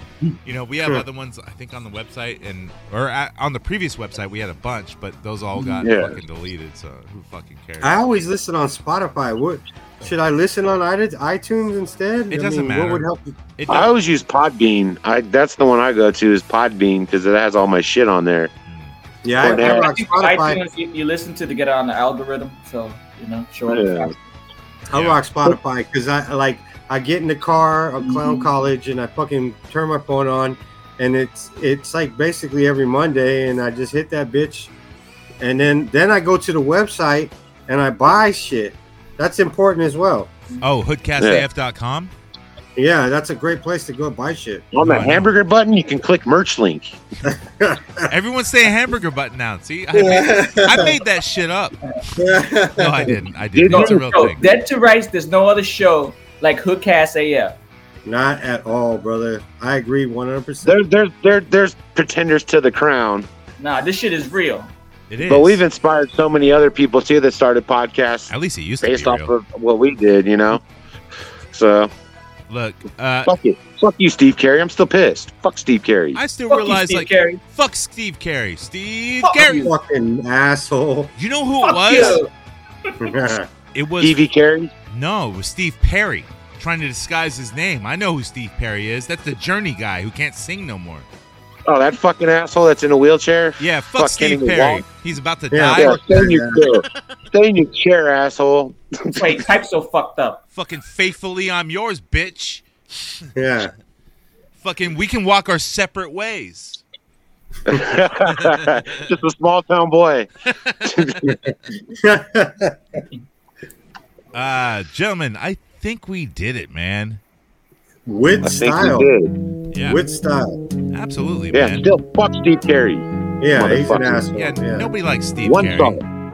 You know, we have
Sure.
other ones I think on the website and or at, on the previous website we had a bunch, but those all got
Yeah.
fucking deleted. So who fucking cares?
I always listen on Spotify. What should I listen on iTunes- iTunes instead?
It
I
doesn't
What
matter.
would help? you?
I always use Podbean. I that's the one I go to is Podbean because it has all my shit on there.
Mm.
Yeah,
But, uh,
I think iTunes, you, you listen to to get on the algorithm, so you know, sure.
Yeah.
I rock Spotify because I like I get in the car of Clown College and I fucking turn my phone on, and it's it's like basically every Monday, and I just hit that bitch, and then then I go to the website and I buy shit. That's important as well.
Oh, hoodcastaf.com.
Yeah, that's a great place to go buy shit.
On that hamburger button, you can click merch link.
Everyone's saying hamburger button now. See, I made, I made that shit up.
No,
I didn't. I didn't. It's a real
No,
thing.
Dead to Rights, there's no other show like Hoodcast AF.
Not at all, brother. I agree one hundred percent.
There, there, there, there's pretenders to the crown.
Nah, this shit is real.
It
But we've inspired so many other people too that started podcasts.
At least it used
to based off of what we did, you know. So
Look, uh,
fuck it, fuck you, Steve Carey. I'm still pissed. Fuck Steve Carey.
I still
Fuck you,
realize
Steve
like
Carey.
fuck Steve Carey. Steve Carey.
You fucking asshole.
You know who it was? It was
Stevie Carey.
No, it was Steve Perry trying to disguise his name. I know who Steve Perry is. That's the Journey guy who can't sing no more.
Oh, that fucking asshole that's in a wheelchair.
Yeah, fuck, Steve
Kenny
Perry.
Wall.
He's about to
Yeah,
die.
yeah, stay in your chair. Stay in your chair, asshole.
Wait, type so fucked up.
Fucking faithfully, I'm yours, bitch.
Yeah.
Fucking, we can walk our separate ways.
Just a small town boy.
Uh, gentlemen, I think we did it, man.
With
I think we
style.
did.
Yeah.
With style.
Absolutely,
yeah,
man.
still fuck Steve Carey.
Yeah, he's an
Motherfucker.
asshole.
Yeah, nobody likes Steve
one
Carey.
star.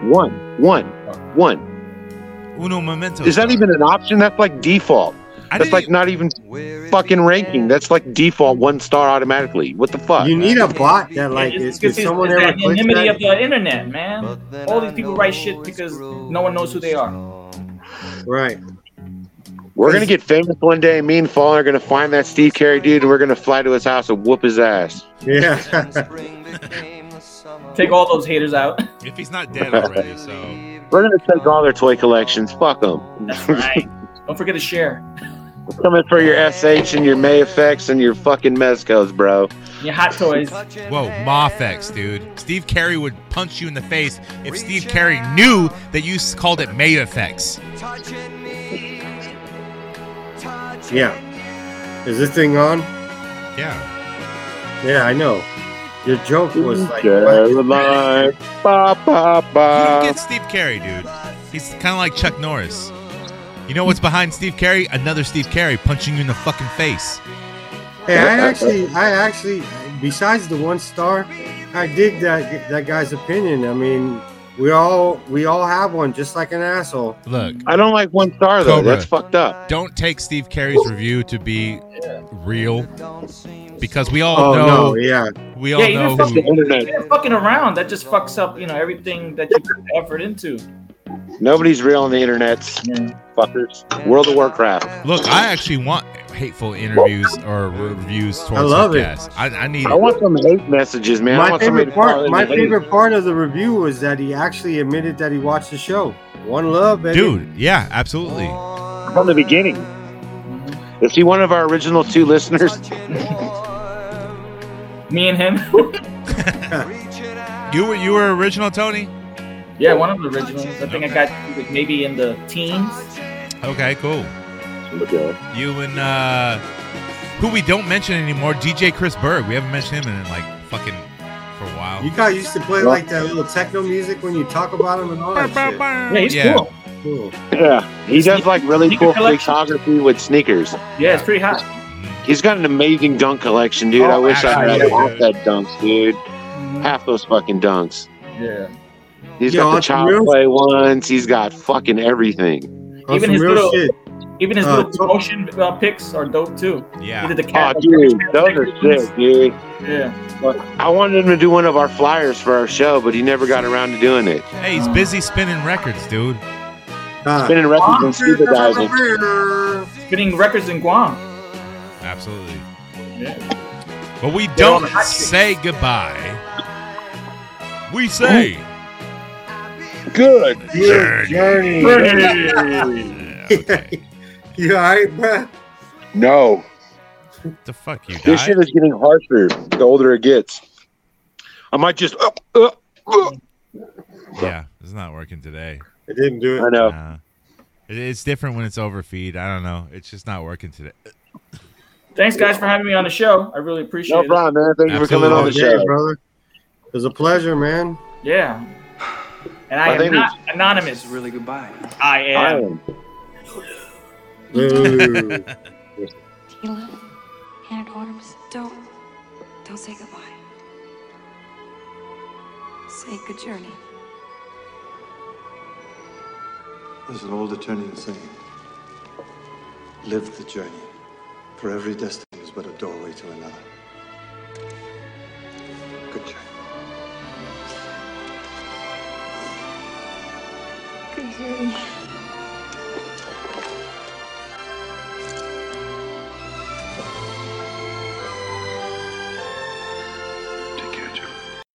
One. One. One.
Uno momento.
Is that even an option? That's like default. That's like not even fucking ranking. That's like default one star automatically. What the fuck?
You need a bot that like
It's,
if
it's, it's
someone
the
ever clicks
anonymity of
that.
the internet, man. All these people write shit because no one knows who they are.
Right.
We're gonna get famous one day. Me and Fallen are gonna find that Steve Carey dude, and we're gonna fly to his house and whoop his ass.
Yeah.
Take all those haters out.
If he's not dead already, so.
We're gonna take all their toy collections. Fuck them.
That's right. Don't forget to share.
Coming for your SH and your May effects and your fucking Mezcos, bro.
Your hot toys.
Whoa, Mafex, dude. Steve Carey would punch you in the face if Steve Carey knew that you s- called it May effects.
Yeah. Is this thing on?
Yeah.
Yeah, I know. Your joke was like
Caroline, ba ba
you
ba.
don't get Steve Carey, dude. He's kind of like Chuck Norris. You know what's behind Steve Carey? Another Steve Carey punching you in the fucking face.
Hey, I actually, I actually, besides the one star, I dig that that guy's opinion. I mean, we all we all have one, just like an asshole.
Look,
I don't like one star though.
Cobra.
That's fucked up.
don't take Steve Carey's review to be real because we all
Oh,
know.
no, yeah.
We all know
fucking,
who.
even fucking around, that just fucks up, you know, everything that you put effort into.
Nobody's real on the internet. Fuckers. World of Warcraft.
Look, I actually want hateful interviews or reviews towards
love it.
Hoopcast. I, I need
I want some hate messages, man. I
my
want somebody
favorite
to call
part,
in
my
and hate.
favorite part of the review was that he actually admitted that he watched the show. One love, baby.
Dude, yeah, absolutely.
from the beginning. Is he one of our original two listeners?
Me and him.
you were you were original, Tony.
Yeah, one of the originals. I think I got like, maybe in the teens.
Okay, cool.
Okay.
You and uh who we don't mention anymore, DJ Chris Berg. We haven't mentioned him in like fucking for a while.
You guys used to play like that little techno music when you talk about him and all that shit.
Yeah, he's Yeah. cool.
Cool.
Yeah, he does like really cool photography with sneakers.
Yeah, it's pretty hot.
He's got an amazing dunk collection, dude.
Oh,
I wish I
actually,
had
yeah,
half that dunks, dude. Half those fucking dunks.
Yeah.
He's
Yo,
got the
on some
child
real-
play ones. He's got fucking everything.
Even his little, even his
Uh,
little promotion uh, picks are dope too.
Yeah.
Either the cat.
Oh, dude, those are sick, dude.
Yeah.
I wanted him to do one of our flyers for our show, but he never got around to doing it.
Hey, he's busy spinning records, dude.
Spinning records and scuba diving.
Spinning records in Guam.
Absolutely.
Yeah.
But we
all
don't
the hot chicks.
say goodbye. We say
good
journey. You all right, bruh?
No.
The fuck you
This
guy?
shit is getting harsher the older it gets. I might just. Uh, uh, uh.
Yeah, it's not working today.
It didn't do it.
I
Oh.
know.
Nah. It- it's different when it's overfeed. I don't know. It's just not working today.
Thanks guys for having me on the show. I really appreciate
No
it.
problem, man. Thank you for coming on the
Absolutely.
show.
Yeah, brother. It was a pleasure, man.
Yeah. And
I
I, am
think
not anonymous. Really goodbye. I am.
Ooh.
Tila, Hannah Orms, don't, don't say goodbye. Say good journey.
There's an old Eternian saying Live the journey, for every destiny is but a doorway to another. Good journey.
Good journey.